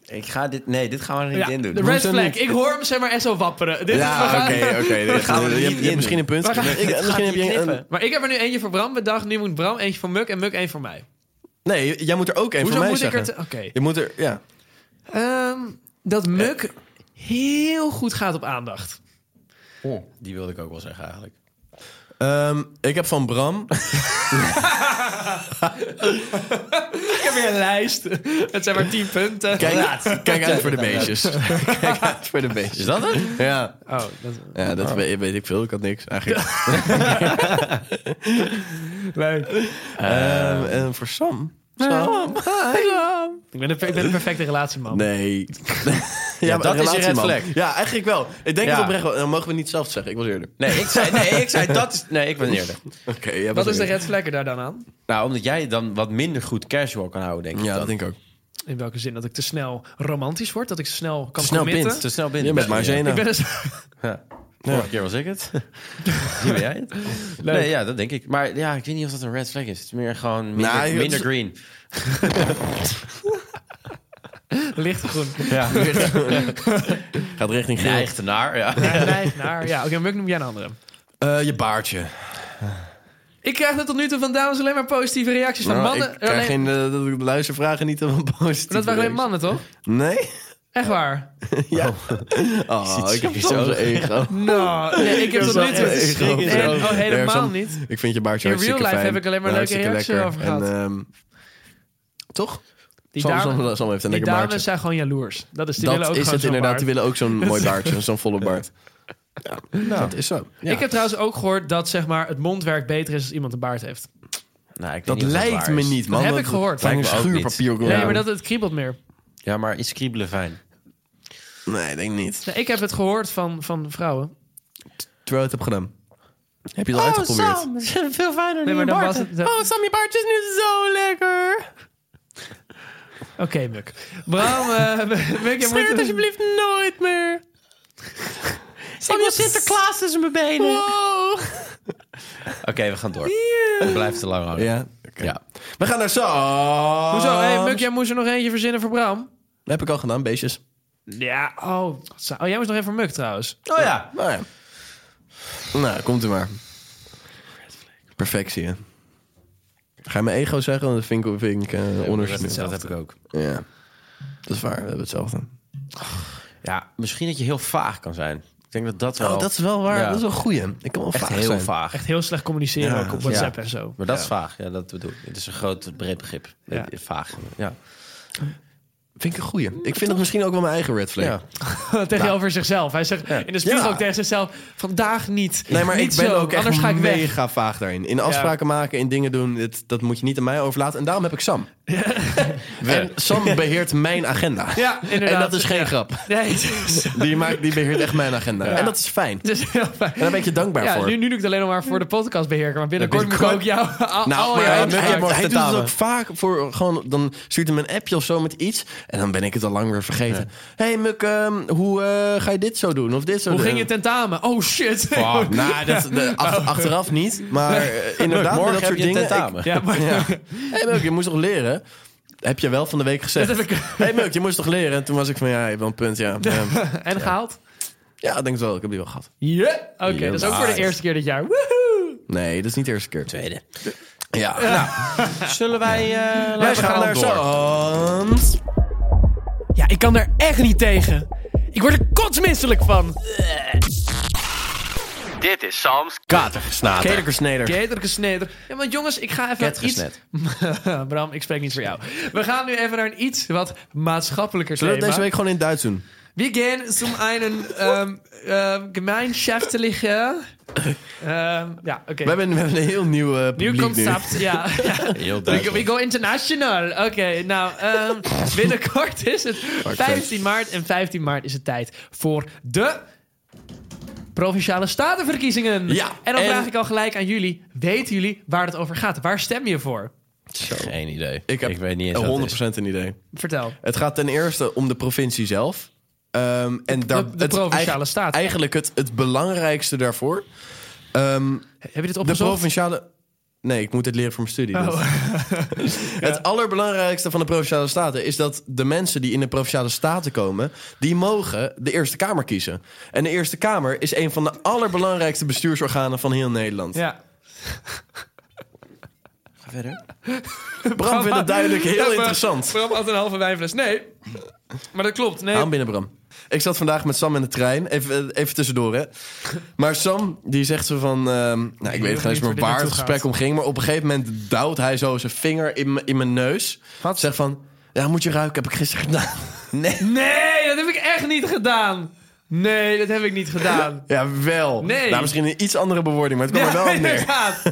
Speaker 4: Ik ga dit. Nee, dit gaan we er niet
Speaker 6: Ja,
Speaker 4: in doen.
Speaker 6: de red
Speaker 5: Hoezo
Speaker 6: flag.
Speaker 5: niet?
Speaker 6: Ik hoor hem zeg maar echt zo wapperen. Dit is, we gaan-
Speaker 5: oké.
Speaker 4: gaan er niet
Speaker 5: Je hebt- je hebt
Speaker 4: in.
Speaker 5: misschien een punt.
Speaker 6: We gaan-
Speaker 5: Ik- Misschien heb je een...
Speaker 6: Maar ik heb er nu eentje voor Bram bedacht. Nu moet Bram eentje voor Muk en Muk één voor mij.
Speaker 5: Nee, jij moet er ook één voor
Speaker 6: Hoezo
Speaker 5: mij
Speaker 6: moet
Speaker 5: zeggen.
Speaker 6: ik er... te- Oké.
Speaker 5: Je moet er... Ja.
Speaker 6: Ehm, dat Muk
Speaker 5: Eh.
Speaker 6: heel goed gaat op aandacht.
Speaker 4: Die wilde ik ook wel zeggen eigenlijk.
Speaker 5: Ehm, ik heb van Bram...
Speaker 6: Ik heb weer een lijst. Het zijn maar 10 punten.
Speaker 5: Kijk, kijk uit voor de beestjes. kijk uit voor de beestjes. Is dat het? Ja,
Speaker 6: Oh, dat is
Speaker 5: ja dat weet, weet ik veel. Ik had niks eigenlijk.
Speaker 6: leuk.
Speaker 5: Ehm, en voor Sam? Sam?
Speaker 6: Ik ben een, per- ik ben een perfecte relatieman.
Speaker 5: Nee. ja,
Speaker 4: dat is je
Speaker 5: relatie,
Speaker 4: red
Speaker 5: man.
Speaker 4: flag.
Speaker 5: Ja, eigenlijk wel. Ik denk
Speaker 4: Ja.
Speaker 5: dat oprecht wel. Dan mogen we niet zelf zeggen. Ik was eerder.
Speaker 4: Nee, ik zei, nee, ik zei dat is. Nee, ik ben eerder.
Speaker 5: Oké, jij was
Speaker 6: Wat is de
Speaker 5: eerder.
Speaker 6: red flag er daar dan aan?
Speaker 4: Nou, omdat jij dan wat minder goed casual kan houden, denk ik.
Speaker 5: Ja,
Speaker 4: dan.
Speaker 5: dat denk ik ook.
Speaker 6: In welke zin? Dat ik te snel romantisch word? Dat ik te snel kan
Speaker 5: Te snel
Speaker 6: committen?
Speaker 5: bindt.
Speaker 4: Te snel binnen.
Speaker 5: Je bent maar
Speaker 4: Ja.
Speaker 5: zenuw.
Speaker 6: Ik ben dus...
Speaker 4: Vorige keer was ik het. Nu ben jij het. Nee, ja, dat denk ik. Maar ja, ik weet niet of dat een red flag is. Het is meer gewoon minder,
Speaker 5: Nou, het is-
Speaker 4: minder green.
Speaker 6: lichtgroen.
Speaker 4: Ja.
Speaker 5: Gaat richting geel.
Speaker 4: Neigt naar, ja. Nou,
Speaker 6: Nee, naar... Ja, oké, Muk noem jij een andere.
Speaker 5: Eh, je baardje.
Speaker 6: Ik krijg er tot nu toe van dames alleen maar positieve reacties van
Speaker 5: Nou,
Speaker 6: mannen.
Speaker 5: ik krijg
Speaker 6: alleen,
Speaker 5: geen eh, dat ik luistervragen niet helemaal positief.
Speaker 6: dat waren alleen mannen, toch?
Speaker 5: Nee?
Speaker 6: Echt waar?
Speaker 5: Ja. Oh, ik heb zo'n ego.
Speaker 6: Nou, nee, ik heb
Speaker 5: Dat
Speaker 6: tot
Speaker 5: is
Speaker 6: nu
Speaker 5: wel
Speaker 6: toe...
Speaker 5: echt een schrik in zijn
Speaker 6: En,
Speaker 5: ogen.
Speaker 6: oh,
Speaker 5: Nee,
Speaker 6: helemaal
Speaker 5: Sam-
Speaker 6: niet.
Speaker 5: Ik vind je baardje
Speaker 6: In
Speaker 5: hartstikke
Speaker 6: real life
Speaker 5: fijn.
Speaker 6: heb ik alleen maar
Speaker 5: En
Speaker 6: leuke
Speaker 5: hartstikke
Speaker 6: reacties
Speaker 5: lekker.
Speaker 6: over
Speaker 5: En, ehm, toch?
Speaker 6: Die
Speaker 5: Sam,
Speaker 6: dame-
Speaker 5: Sam, Sam heeft een
Speaker 6: Die
Speaker 5: lekker baardje.
Speaker 6: dames zijn gewoon jaloers. Dat is, die willen
Speaker 5: dat
Speaker 6: ook
Speaker 5: is
Speaker 6: gewoon
Speaker 5: het
Speaker 6: zo'n
Speaker 5: inderdaad.
Speaker 6: baard.
Speaker 5: Die willen ook zo'n mooi baardje, zo'n volle baard. Ja,
Speaker 6: Nou.
Speaker 5: dat is zo. Ja.
Speaker 6: Ik heb trouwens ook gehoord dat zeg maar, het mondwerk beter is als iemand een baard heeft.
Speaker 4: Nou, ik weet
Speaker 5: dat
Speaker 4: niet of
Speaker 5: lijkt
Speaker 4: waar
Speaker 5: me
Speaker 4: is.
Speaker 5: niet, man.
Speaker 6: heb
Speaker 5: want
Speaker 6: ik gehoord.
Speaker 5: het hangt
Speaker 4: Lijkt me ook niet.
Speaker 5: schuurpapier ook
Speaker 6: Nee,
Speaker 5: rond.
Speaker 6: maar dat, het kriebelt meer.
Speaker 4: Ja, maar is kriebelen fijn?
Speaker 5: Nee, ik denk niet.
Speaker 6: Nee, ik heb het gehoord van, van vrouwen.
Speaker 5: Terwijl ik het heb gedaan. Heb je
Speaker 6: Oh,
Speaker 5: het al uitgeprobeerd?
Speaker 4: veel fijner
Speaker 6: Nee, maar dan was het... Oké,
Speaker 5: Sam, je baardje is nu zo lekker.
Speaker 6: Muk. Bram, eh Muk, je moet...
Speaker 5: alsjeblieft nooit meer.
Speaker 6: Ik moet Sinterklaas tussen mijn benen.
Speaker 4: Oké, we gaan door. Blijf te lang houden.
Speaker 5: Ja, oké.
Speaker 4: Ja.
Speaker 5: We gaan naar Sam.
Speaker 6: Hoezo? Hey, Muk, jij moest er nog eentje verzinnen voor Bram.
Speaker 5: Dat heb ik al gedaan, beestjes.
Speaker 6: Ja, oh. wat zou- Oh, jij moest nog even voor Muk trouwens.
Speaker 4: Oh ja.
Speaker 5: Nou ja. Nou, komt u maar. Perfectie, hè. Ga je mijn ego zeggen? Dat vind ik, vind ik eh, onorigineel.
Speaker 4: Dat heb ik ook.
Speaker 5: Ja, dat is waar. We hebben hetzelfde.
Speaker 4: Ja, misschien dat je heel vaag kan zijn. Ik denk dat dat wel...
Speaker 5: Oh, is wel
Speaker 4: Ja.
Speaker 5: wel een goeie. Ik kan wel
Speaker 4: echt heel vaag.
Speaker 6: Echt heel slecht communiceren
Speaker 5: Ja,
Speaker 6: ook op WhatsApp
Speaker 4: ja.
Speaker 6: en zo.
Speaker 4: Maar dat is vaag. Ja, dat bedoel ik. Het is een groot, breed begrip. Eh,
Speaker 6: Ja.
Speaker 4: Vaag. Ja.
Speaker 5: Vind ik een goeie. Ik vind dat misschien ook wel mijn eigen red flag.
Speaker 4: Ja.
Speaker 6: Tegenover zichzelf. Hij zegt in de spiegel
Speaker 5: Ja.
Speaker 6: ook tegen zichzelf... Vandaag niet.
Speaker 5: Nee, maar
Speaker 6: niet
Speaker 5: ik ben
Speaker 6: zo,
Speaker 5: ook echt
Speaker 6: anders ga ik weg.
Speaker 5: mega vaag daarin. In afspraken maken, in dingen doen, dit, dat moet je niet aan mij overlaten. En daarom heb ik Sam. En Sam beheert mijn agenda.
Speaker 6: Ja, inderdaad.
Speaker 5: En dat is geen grap.
Speaker 6: Nee, het is,
Speaker 5: Die, maakt, die beheert echt mijn agenda. En dat is fijn.
Speaker 6: het is heel fijn.
Speaker 5: En daar ben ik je dankbaar
Speaker 6: Ja,
Speaker 5: voor.
Speaker 6: nu, nu doe ik het alleen nog maar voor de podcast beheerken. Maar binnenkort moet ik ook jou... al- al
Speaker 5: Nou, maar
Speaker 6: jouw
Speaker 5: hij,
Speaker 6: input-
Speaker 5: hij, hij doet het
Speaker 4: tentamen.
Speaker 5: ook vaak voor gewoon. Dan stuurt hij me een appje of zo met iets. En dan ben ik het al lang weer vergeten. Hé, hey, Muk, ehm, hoe eh, ga je dit zo doen? Of dit zo
Speaker 6: Hoe
Speaker 5: doen?
Speaker 6: ging je tentamen? Oh shit.
Speaker 5: Ah, nou, dat, de- ach- achteraf niet. Maar eh, inderdaad,
Speaker 4: Morgen
Speaker 5: dat
Speaker 4: heb
Speaker 5: soort
Speaker 4: je een
Speaker 5: dingen.
Speaker 4: tentamen.
Speaker 6: Ja, maar
Speaker 5: Ik- hey, Muk, je moest toch leren? Heb je wel van de week gezegd.
Speaker 6: Dat heb ik-
Speaker 5: hey, Muk, je moest toch leren? En toen was ik van, ja, je hebt wel een punt, ja. Ja,
Speaker 6: En gehaald?
Speaker 5: ja ik denk het wel. Ik heb die wel gehad.
Speaker 6: Ja. Oké, dat is ook voor de
Speaker 5: Nice.
Speaker 6: eerste keer dit jaar. Woehoe.
Speaker 5: Nee, dat is niet de eerste keer.
Speaker 4: Tweede.
Speaker 5: Ja. Nou,
Speaker 4: Zullen wij... eh
Speaker 5: wij
Speaker 4: laten
Speaker 5: gaan naar
Speaker 4: door.
Speaker 5: Sans.
Speaker 6: Ja, ik kan daar echt niet tegen. Ik word er kotsmisselijk van.
Speaker 8: Dit is Sam's
Speaker 5: Kater Gesneder.
Speaker 6: Keterke sneder. Ja, maar jongens, ik ga even iets...
Speaker 4: Ketgesnet.
Speaker 6: Bram, ik spreek niet voor jou. We gaan nu even naar een iets wat maatschappelijker
Speaker 5: Zullen we
Speaker 6: thema.
Speaker 5: het deze week gewoon in het Duits doen?
Speaker 6: We gaan zum einen ähm, ähm, gemeinschaftliche... ähm, ja, oké.
Speaker 5: We hebben, we hebben een heel nieuw eh,
Speaker 6: Nieuw
Speaker 5: publiek
Speaker 6: concept, ja. ja.
Speaker 4: Heel
Speaker 6: We go,
Speaker 4: duidelijk.
Speaker 6: we go international. Oké, nou, ehm, binnenkort is het 15 maart. En 15 maart is het tijd voor de Provinciale Statenverkiezingen.
Speaker 5: Ja,
Speaker 6: en dan
Speaker 5: en-
Speaker 6: vraag ik al gelijk aan jullie. Weten jullie waar het over gaat? Waar stem je voor?
Speaker 4: Geen idee.
Speaker 5: Ik heb
Speaker 4: weet niet eens wat het is.
Speaker 5: nu. 100% een idee.
Speaker 6: Vertel.
Speaker 5: Het gaat ten eerste om de provincie zelf. Ehm, en daar,
Speaker 6: de
Speaker 5: het-
Speaker 6: provinciale
Speaker 5: eigen-
Speaker 6: staat.
Speaker 5: Eigenlijk het, het belangrijkste daarvoor. Ehm,
Speaker 6: Heb je dit
Speaker 5: de
Speaker 6: opgezocht?
Speaker 5: provinciale... Nee, ik moet het leren voor mijn studie. dus.
Speaker 6: Oh.
Speaker 5: Het allerbelangrijkste van de Provinciale Staten is dat de mensen die in de Provinciale Staten komen, die mogen de Eerste Kamer kiezen. En de Eerste Kamer is een van de allerbelangrijkste bestuursorganen van heel Nederland.
Speaker 6: Ja.
Speaker 4: Ga verder.
Speaker 5: Bram vindt het duidelijk
Speaker 6: Oh, Ja,
Speaker 5: heel
Speaker 6: maar
Speaker 5: interessant.
Speaker 6: Bram had een halve wijnfles. Nee. Maar dat klopt. Nee.
Speaker 5: Aan binnen, Bram. Ik zat vandaag met Sam in de trein. Even, eh, even tussendoor, hè. Maar Sam, die zegt zo van... ehm, nou, ik weet
Speaker 6: weet
Speaker 5: geen eens
Speaker 6: niet
Speaker 5: meer
Speaker 6: waar dit
Speaker 5: waar het
Speaker 6: naartoe gaat.
Speaker 5: gesprek om ging. Maar op een gegeven moment duwt hij zo zijn vinger in, m- in mijn neus. Wat? Zegt van... Ja, moet je ruiken, heb ik gisteren gedaan. Nee.
Speaker 6: Nee, dat heb ik echt niet gedaan. Nee, dat heb ik niet gedaan.
Speaker 5: Ja, wel.
Speaker 6: Nee.
Speaker 5: Nou, misschien een iets andere bewoording, maar het kwam er wel op neer.
Speaker 6: inderdaad.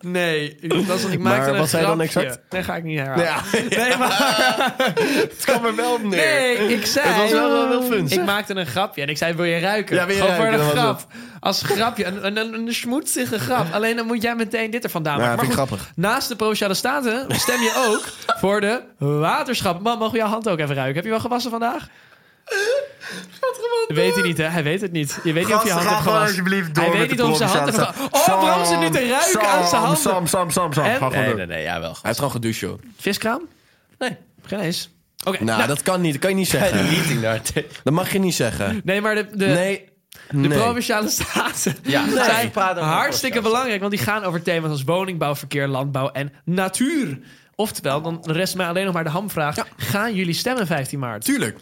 Speaker 6: Nee, ik, dat was, ik
Speaker 5: Maar
Speaker 6: maakte een
Speaker 5: wat zei je dan
Speaker 6: grapje.
Speaker 5: exact?
Speaker 6: Nee, ga ik niet herhalen.
Speaker 5: Ja,
Speaker 6: Nee, maar,
Speaker 5: het kwam er wel op neer.
Speaker 6: nee, ik zei...
Speaker 5: Het was wel, wel, wel fun,
Speaker 6: Ik
Speaker 5: zeg.
Speaker 6: maakte een grapje en ik zei, wil je ruiken?
Speaker 5: Ja, wil je
Speaker 6: Gewoon
Speaker 5: ruiken,
Speaker 6: voor een
Speaker 5: dat was
Speaker 6: grap. Als grapje, een, een, een, een smoetsige grap. Alleen dan moet jij meteen dit ervan vandaan
Speaker 5: Ja,
Speaker 6: maken.
Speaker 5: vind ik
Speaker 6: Maar goed,
Speaker 5: grappig.
Speaker 6: Naast de Provinciale Staten stem je ook voor de waterschappen. Man, mogen we jouw hand ook even ruiken? Heb je wel gewassen vandaag? Dat weet hij niet, hè? Hij weet het niet. Je weet niet of je hand hebt gewassen. Hij weet niet of zijn handen... Oh, Bram zit nu te ruiken aan zijn handen.
Speaker 5: Sam, Sam, Sam.
Speaker 6: En-
Speaker 5: Ga gewoon
Speaker 4: Nee,
Speaker 5: door.
Speaker 4: nee, nee. Ja, wel.
Speaker 5: Hij heeft gewoon gedoucht, joh.
Speaker 6: Viskraam? Nee, geen eens. Oké,
Speaker 5: Nou,
Speaker 6: nou,
Speaker 5: dat kan niet. Dat kan je niet zeggen.
Speaker 4: Meeting daar tegen.
Speaker 5: Dat mag je niet zeggen.
Speaker 6: nee, maar de, de,
Speaker 5: Nee.
Speaker 6: Eh, de
Speaker 5: nee.
Speaker 6: provinciale staten
Speaker 4: Ja,
Speaker 6: zijn
Speaker 4: ik praat over de
Speaker 6: hartstikke belangrijk, want die gaan over thema's als woningbouw, verkeer, landbouw en natuur. Oftewel, dan rest mij alleen nog maar de hamvraag. Gaan jullie stemmen 15 maart?
Speaker 5: Tuurlijk.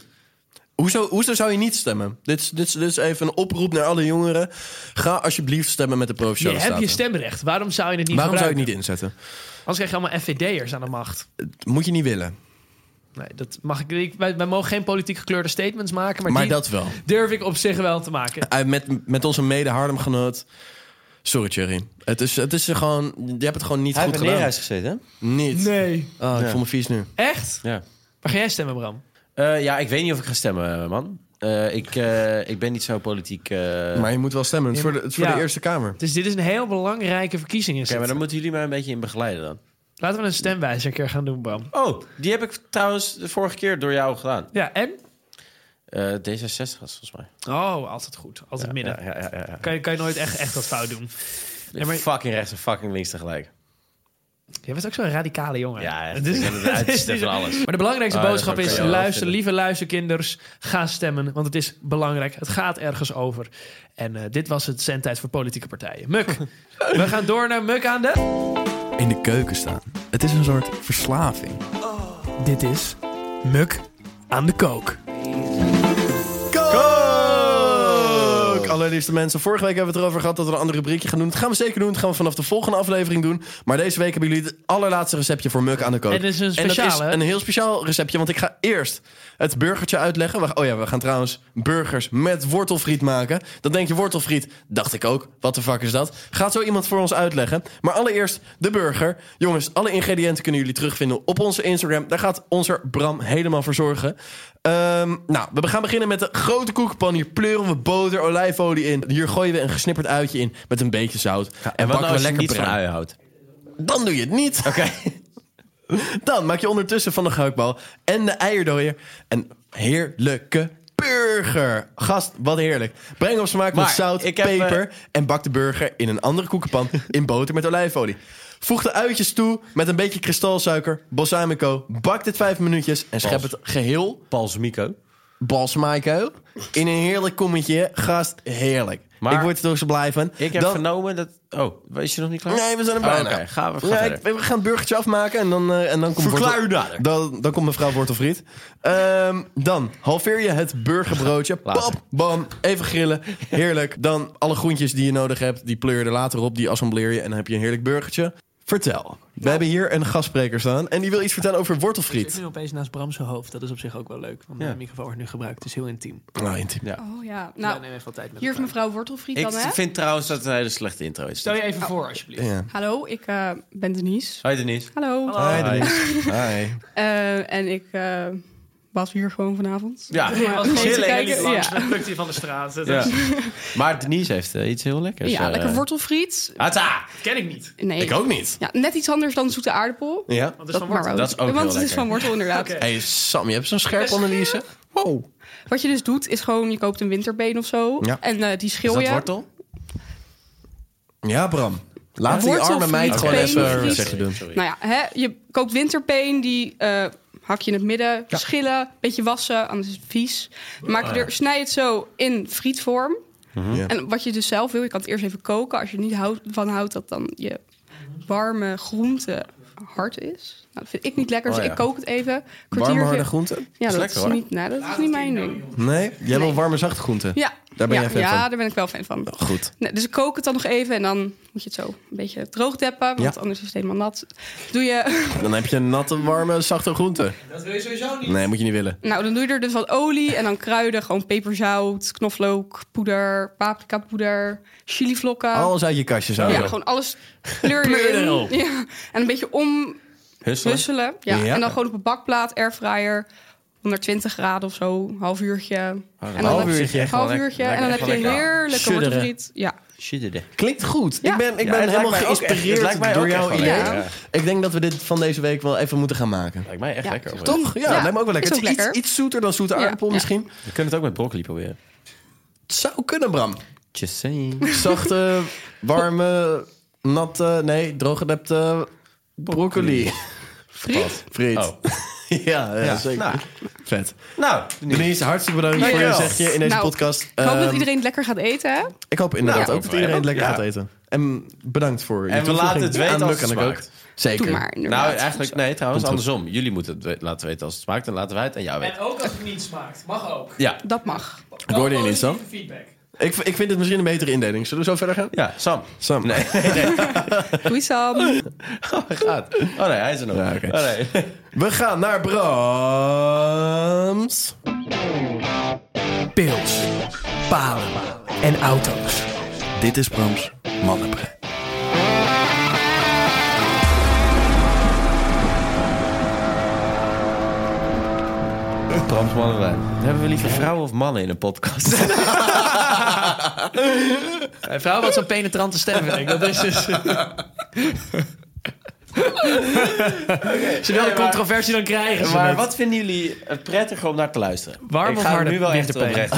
Speaker 5: Hoezo, hoezo zou je niet stemmen? Dit is, dit, is, dit is even een oproep naar alle jongeren. Ga alsjeblieft stemmen met de
Speaker 6: Je
Speaker 5: Provinciale
Speaker 6: hebt je
Speaker 5: Staten.
Speaker 6: stemrecht. Waarom zou je het niet
Speaker 5: Waarom zou je het
Speaker 6: gebruiken?
Speaker 5: niet inzetten?
Speaker 6: Anders krijg je allemaal FVD'ers aan de macht.
Speaker 5: Dat moet je niet willen.
Speaker 6: Nee, dat mag ik, ik- wij, wij mogen geen politiek gekleurde statements maken, maar,
Speaker 5: Maar
Speaker 6: die
Speaker 5: dat wel.
Speaker 6: durf ik op zich wel te maken.
Speaker 5: Eh, Met, met onze mede-Harlemgenoot. Sorry, Thierry. Het is, het is gewoon... Je hebt het gewoon niet
Speaker 4: Hij
Speaker 5: goed
Speaker 4: heeft in
Speaker 5: gedaan.
Speaker 4: Neerhuis gezeten, hè?
Speaker 5: Niet.
Speaker 6: Nee.
Speaker 5: Oh, ik voel me vies nu.
Speaker 6: Echt?
Speaker 4: Ja.
Speaker 6: Waar ga jij stemmen, Bram?
Speaker 4: Eh, ja, ik weet niet of ik ga stemmen, man. Eh, ik, eh, ik ben niet zo politiek. eh Oké,
Speaker 5: Maar je moet wel stemmen. Het is voor de, het is voor
Speaker 6: Ja.
Speaker 5: de Eerste Kamer.
Speaker 6: Dus dit is een heel belangrijke verkiezing. Is
Speaker 4: maar
Speaker 6: het.
Speaker 4: dan moeten jullie mij een beetje in begeleiden dan.
Speaker 6: Laten we een stemwijzer een keer gaan doen, Bram.
Speaker 4: Oh, die heb ik trouwens de vorige keer door jou gedaan.
Speaker 6: Ja, en?
Speaker 4: Eh, D66 was het volgens mij.
Speaker 6: Oh, altijd goed. Altijd midden.
Speaker 4: Ja, ja, ja, ja, ja.
Speaker 6: Kan, je, kan je nooit echt, echt wat fout doen. Ja, maar-
Speaker 4: Fucking rechts en fucking links tegelijk.
Speaker 6: Jij bent ook zo'n radicale jongen.
Speaker 4: Ja, echt.
Speaker 6: Het is-
Speaker 4: Ik ben het
Speaker 6: het is
Speaker 4: uiterste
Speaker 6: niet-
Speaker 4: van alles.
Speaker 6: Maar de belangrijkste
Speaker 4: Ah, dat
Speaker 6: boodschap
Speaker 4: kan ik
Speaker 6: is,
Speaker 4: wel
Speaker 6: luister,
Speaker 4: vinden.
Speaker 6: lieve luisterkinders, ga stemmen. Want het is belangrijk. Het gaat ergens over. En eh, dit was het zendtijd voor politieke partijen. Muk. we gaan door naar Muk aan de...
Speaker 5: in de keuken staan. Het is een soort verslaving.
Speaker 6: Dit is Muk aan de kook.
Speaker 5: Ook allerliefste mensen, vorige week hebben we het erover gehad dat we een ander rubriekje gaan doen. Dat gaan we zeker doen. Dat gaan we vanaf de volgende aflevering doen. Maar deze week hebben jullie het allerlaatste receptje voor Muk aan de kook.
Speaker 6: En dit is een speciaal,
Speaker 5: dat
Speaker 6: hè?
Speaker 5: is een heel speciaal receptje, want ik ga eerst het burgertje uitleggen. We- oh ja, we gaan trouwens burgers met wortelfriet maken. Dan denk je wortelfriet, dacht ik ook. Wat de fuck is dat? Gaat zo iemand voor ons uitleggen. Maar allereerst de burger. Jongens, alle ingrediënten kunnen jullie terugvinden op onze Instagram. Daar gaat onze Bram helemaal voor zorgen. Ehm, nou, we gaan beginnen met de grote koekenpan. Hier pleuren we boter, olijfolie in. Hier gooien we een gesnipperd uitje in met een beetje zout. en
Speaker 4: Wat
Speaker 5: bakken
Speaker 4: nou
Speaker 5: we
Speaker 4: als je
Speaker 5: lekker
Speaker 4: niet van
Speaker 5: bruin.
Speaker 4: ui houdt?
Speaker 5: Dan doe je het niet.
Speaker 4: Oké.
Speaker 5: Dan maak je ondertussen van de gehaktbal en de eierdooier een heerlijke burger. Gast, wat heerlijk. Breng op smaak met
Speaker 4: Maar
Speaker 5: zout,
Speaker 4: ik heb, eh,
Speaker 5: peper en bak de burger in een andere koekenpan in boter met olijfolie. Voeg de uitjes toe met een beetje kristalsuiker, balsamico. Bak dit vijf minuutjes en schep
Speaker 4: Pas.
Speaker 5: het geheel
Speaker 4: Palsmico.
Speaker 5: Bas Maiko. In een heerlijk kommetje. Gast, heerlijk.
Speaker 4: Maar-
Speaker 5: ik word er toch zo blij van.
Speaker 4: Ik heb
Speaker 5: Dan-
Speaker 4: vernomen dat... Oh, is je nog niet klaar?
Speaker 5: Nee, we zijn er
Speaker 4: Oh,
Speaker 5: bijna.
Speaker 4: oké. Gaan we- gaan
Speaker 5: ja,
Speaker 4: verder.
Speaker 5: ik- we gaan het burgertje afmaken en dan, eh, en dan komt
Speaker 4: Verklaar
Speaker 5: wortel-
Speaker 4: u nader.
Speaker 5: Dan, dan komt mevrouw Wortelfried. Ehm dan halveer je het burgerbroodje.
Speaker 4: Later.
Speaker 5: Pap, bam, even grillen. Heerlijk. Dan alle groentjes die je nodig hebt, die pleur je er later op. Die assembleer je en dan heb je een heerlijk burgertje. Vertel. We hebben hier een gastspreker staan en die wil iets vertellen over
Speaker 6: Ik zit
Speaker 5: wortelfriet.
Speaker 6: nu opeens naast Bram zijn hoofd. Dat is op zich ook wel leuk. Want
Speaker 4: Ja.
Speaker 6: mijn microfoon wordt nu gebruikt. Het is heel intiem.
Speaker 5: Nou, intiem.
Speaker 8: Oh ja,
Speaker 6: Nou,
Speaker 8: nou,
Speaker 6: neem even wat tijd met
Speaker 8: hier
Speaker 6: elkaar.
Speaker 8: heeft mevrouw Wortelfriet
Speaker 4: Ik
Speaker 8: dan, hè?
Speaker 4: vind trouwens dat het een hele slechte intro is.
Speaker 6: Stel je even voor, alsjeblieft.
Speaker 5: Ja.
Speaker 8: Hallo, ik eh, ben Denise.
Speaker 4: Hoi Denise.
Speaker 8: Hallo.
Speaker 5: Hi,
Speaker 4: Hi.
Speaker 5: Denise. Hi.
Speaker 8: Eh, en ik eh, was hier gewoon vanavond.
Speaker 4: Ja.
Speaker 8: Om, eh,
Speaker 6: Als
Speaker 8: om
Speaker 6: het
Speaker 8: te
Speaker 6: heel
Speaker 8: kijken.
Speaker 6: erg langs,
Speaker 8: Ja.
Speaker 6: dan plukt hij van de straat. Dat
Speaker 4: Ja.
Speaker 6: is-
Speaker 4: Maar Denise heeft eh, iets heel lekkers.
Speaker 8: Ja,
Speaker 4: eh.
Speaker 8: lekker wortelfriet.
Speaker 4: Atta!
Speaker 6: ken ik niet.
Speaker 8: Nee.
Speaker 5: Ik ook niet.
Speaker 8: Ja, net iets anders dan zoete aardappel.
Speaker 5: Ja.
Speaker 6: Want het is van
Speaker 8: maar
Speaker 6: wortel.
Speaker 8: wel-
Speaker 4: Dat is ook heel
Speaker 8: Want het is
Speaker 4: lekker.
Speaker 8: van wortel, inderdaad.
Speaker 6: Oké.
Speaker 5: hey, Sam, je hebt zo'n scherpe analyse. Wow.
Speaker 8: Wat je dus doet, is gewoon, je koopt een winterbeen of zo.
Speaker 5: Ja.
Speaker 8: En eh, die
Speaker 4: Is
Speaker 8: schil
Speaker 4: dat
Speaker 8: je.
Speaker 4: wortel?
Speaker 5: Ja, Bram. Laat die
Speaker 8: Wortelfriet,
Speaker 5: arme meid gewoon
Speaker 8: been,
Speaker 5: even...
Speaker 8: friet.
Speaker 5: Zeg je doen.
Speaker 8: Nou ja, hè, je koopt winterpeen, die eh, hak je in het midden, schillen, beetje wassen, anders is het vies. Dan
Speaker 5: Ah.
Speaker 8: Maak je er, snij het zo in frietvorm.
Speaker 5: Ja.
Speaker 8: En wat je dus zelf wil, je kan het eerst even koken. Als je er niet houdt, van houdt dat dan je warme groente hard is. Nou, dat vind ik niet lekker, dus
Speaker 4: Oh ja.
Speaker 8: ik kook het even.
Speaker 5: Warme
Speaker 8: Kwartiertje-
Speaker 5: harde groenten?
Speaker 8: Ja, dat
Speaker 4: lekker,
Speaker 8: is,
Speaker 4: hoor.
Speaker 8: niet, nou, dat is niet mijn ding.
Speaker 5: Nee, jij wil
Speaker 8: Nee.
Speaker 5: warme zachte groenten.
Speaker 8: Ja,
Speaker 5: Daar ben
Speaker 8: ja,
Speaker 5: jij fan
Speaker 8: ja,
Speaker 5: van.
Speaker 8: daar ben ik wel fan van.
Speaker 5: Goed.
Speaker 8: Nee, dus ik kook het dan nog even en dan moet je het zo een beetje droog deppen, want
Speaker 5: Ja.
Speaker 8: anders is het helemaal nat. Doe je,
Speaker 5: Dan heb je een natte, warme, zachte groente.
Speaker 6: Dat wil je sowieso niet.
Speaker 5: Nee, moet je niet willen.
Speaker 8: nou, dan doe je er dus wat olie en dan kruiden, gewoon peperzout, knoflook, poeder, paprikapoeder, chilivlokken.
Speaker 5: Alles uit je kastje zou
Speaker 8: Oh. ja,
Speaker 5: je
Speaker 8: gewoon alles kleur
Speaker 5: Kleur
Speaker 8: erin.
Speaker 5: erop.
Speaker 8: Ja. En een beetje
Speaker 4: Husselen?
Speaker 8: omhusselen. Ja.
Speaker 5: Ja.
Speaker 8: En dan gewoon op een bakplaat, airfryer, 120 graden of zo, half uurtje. En dan
Speaker 5: half
Speaker 8: heb je-
Speaker 5: uurtje, echt
Speaker 8: half
Speaker 4: wel
Speaker 8: uurtje.
Speaker 4: lekker.
Speaker 8: En dan heb
Speaker 4: Lekker,
Speaker 8: je een
Speaker 4: lekker.
Speaker 8: heerlijke
Speaker 5: Sudderen.
Speaker 8: wortelfriet. Ja.
Speaker 4: Shitterde.
Speaker 5: Klinkt goed.
Speaker 8: Ja.
Speaker 5: Ik ben, ik
Speaker 4: Ja,
Speaker 5: ben
Speaker 4: het lijkt
Speaker 5: helemaal
Speaker 4: mij ook echt- het
Speaker 5: geïnspireerd
Speaker 4: lijkt mij
Speaker 5: door
Speaker 4: ook
Speaker 5: jouw
Speaker 4: echt wel
Speaker 5: idee.
Speaker 8: lekker,
Speaker 4: ja.
Speaker 5: Ik denk dat we dit van deze week wel even moeten gaan maken.
Speaker 4: Lijkt mij echt
Speaker 8: Ja.
Speaker 4: lekker. oprecht.
Speaker 5: Toch? Ja,
Speaker 8: Ja,
Speaker 5: lijkt me ook wel lekker.
Speaker 8: is
Speaker 5: het
Speaker 8: ook
Speaker 5: is iets,
Speaker 8: lekker.
Speaker 5: iets zoeter dan zoete
Speaker 8: Ja,
Speaker 5: aardappel
Speaker 8: ja.
Speaker 5: misschien.
Speaker 4: We kunnen het ook met broccoli proberen.
Speaker 5: Het zou kunnen, Bram.
Speaker 4: Just saying.
Speaker 5: Zachte, warme, natte, nee, drooggenepte broccoli.
Speaker 8: Friet?
Speaker 5: Friet.
Speaker 4: Oh.
Speaker 5: ja, ja,
Speaker 4: Ja,
Speaker 5: zeker.
Speaker 4: nou.
Speaker 5: Vet.
Speaker 4: Nou, Denise.
Speaker 5: Denise, hartstikke bedankt voor je
Speaker 4: Dankjewel.
Speaker 5: zegje in deze
Speaker 8: Nou,
Speaker 5: podcast.
Speaker 8: Ik hoop dat
Speaker 5: Ehm,
Speaker 8: iedereen het lekker gaat eten, hè?
Speaker 5: Ik hoop inderdaad
Speaker 4: Nou,
Speaker 5: ook dat iedereen het lekker
Speaker 4: ja.
Speaker 5: gaat eten. En bedankt voor je
Speaker 4: En we laten het weten
Speaker 5: aan
Speaker 4: als het
Speaker 5: Luc en ik ook.
Speaker 4: smaakt.
Speaker 5: Zeker.
Speaker 8: Doe maar, inderdaad.
Speaker 4: Nou, eigenlijk, nee, trouwens,
Speaker 5: Komt goed.
Speaker 4: andersom. Jullie moeten het we- laten weten als het smaakt. Dan laten wij het aan jou
Speaker 6: En
Speaker 4: weten.
Speaker 6: ook als het niet smaakt. Mag ook.
Speaker 4: Ja.
Speaker 8: Dat mag.
Speaker 5: Ik hoorde je
Speaker 6: Wel
Speaker 5: niet, Sam.
Speaker 6: positieve feedback.
Speaker 5: Ik, ik vind het misschien een betere indeling. Zullen we zo verder gaan?
Speaker 4: Ja, Sam.
Speaker 5: Sam.
Speaker 4: Nee,
Speaker 8: Doei Sam.
Speaker 4: hij gaat. Oh nee, hij is er nog.
Speaker 5: Ja, oké.
Speaker 4: Oh nee.
Speaker 5: We gaan naar Brams.
Speaker 7: Pils, palen en auto's.
Speaker 9: Dit is Brams Mannenbrein.
Speaker 4: Brams Mannenwijn. Hebben we liever vrouwen of mannen in een podcast?
Speaker 6: Mijn vrouw had zo'n penetrante stem, vind ik. Dat is dus... Ze wil de controversie dan krijgen. ze
Speaker 4: maar
Speaker 6: met-
Speaker 4: wat vinden jullie prettiger om naar te luisteren?
Speaker 6: Warm
Speaker 4: ik
Speaker 6: of
Speaker 4: ga
Speaker 6: harde
Speaker 4: nu wel echt
Speaker 6: winterpijn?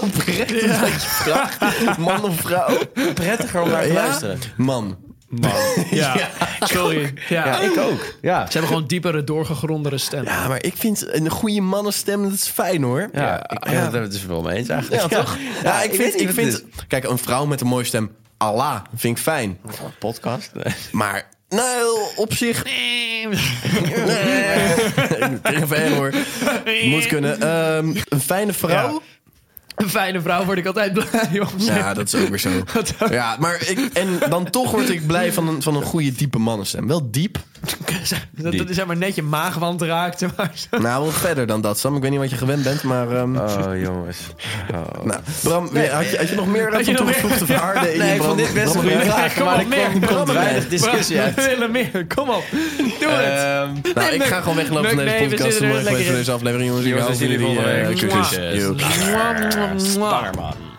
Speaker 4: oprecht doen.
Speaker 5: Man of vrouw?
Speaker 4: Prettiger om naar te
Speaker 5: Ja?
Speaker 4: luisteren.
Speaker 5: Man.
Speaker 6: Ja. Sorry. Ja.
Speaker 4: Ja,
Speaker 6: Ze
Speaker 4: ik ook. Ja.
Speaker 6: hebben gewoon diepere, doorgegrondere stem.
Speaker 5: Ja, maar ik vind een goede mannenstem, dat is fijn hoor.
Speaker 4: Ja, ik ben het er dus wel mee eens
Speaker 5: Ja,
Speaker 4: eigenlijk.
Speaker 5: toch? Ja, ik
Speaker 4: weet
Speaker 5: vind...
Speaker 4: niet
Speaker 5: Ik
Speaker 4: wat
Speaker 5: vind
Speaker 4: het
Speaker 5: kijk, een vrouw met een mooie stem, Allah, vind ik fijn.
Speaker 4: is. Een podcast.
Speaker 5: Maar, nou, op zich... Nee. Tegen hoor. Moet kunnen. Ehm, een fijne vrouw...
Speaker 6: Een fijne vrouw word ik altijd blij om.
Speaker 5: Ja, dat is ook weer zo. Ja, maar ik, en dan toch word ik blij van een, van een goede, diepe mannenstem. Wel diep.
Speaker 6: Dat, dat is zeg maar net je maagwand raakt. Maar zo.
Speaker 5: Nou, wel verder dan dat, Sam. Ik weet niet wat je gewend bent, maar... ehm,
Speaker 4: Oh, jongens. Oh.
Speaker 5: nou, Bram, had, je, had je nog meer
Speaker 6: Had je
Speaker 5: van
Speaker 6: nog meer?
Speaker 5: toegevoegde waarde in
Speaker 4: Nee,
Speaker 5: je
Speaker 4: ik vond
Speaker 5: Bram-
Speaker 4: dit best een
Speaker 5: Bram-
Speaker 4: goede
Speaker 5: Bram-
Speaker 4: vraag.
Speaker 6: kom
Speaker 4: Maar
Speaker 6: op,
Speaker 4: er
Speaker 6: meer.
Speaker 4: kwam-
Speaker 6: Kom
Speaker 4: komt
Speaker 6: op,
Speaker 4: weinig discussie
Speaker 6: We
Speaker 4: uit.
Speaker 6: willen meer. Kom op. Doe het.
Speaker 4: Ehm,
Speaker 5: Nou, ik ga gewoon weglopen van
Speaker 6: Nee,
Speaker 5: deze
Speaker 6: nee, we
Speaker 5: podcast.
Speaker 6: zitten er
Speaker 5: Mooi geweest
Speaker 6: lekker
Speaker 5: voor
Speaker 6: in.
Speaker 5: deze aflevering, jongens. Ik
Speaker 4: Jongens, we
Speaker 5: hou eh,
Speaker 4: zien
Speaker 5: van
Speaker 4: jullie
Speaker 5: jullie.
Speaker 4: volgende
Speaker 5: eh,
Speaker 4: week.
Speaker 5: kusjes.
Speaker 4: Kusjes.
Speaker 5: Joep.
Speaker 6: Mwah, mwah, mwah.
Speaker 4: Bangerman.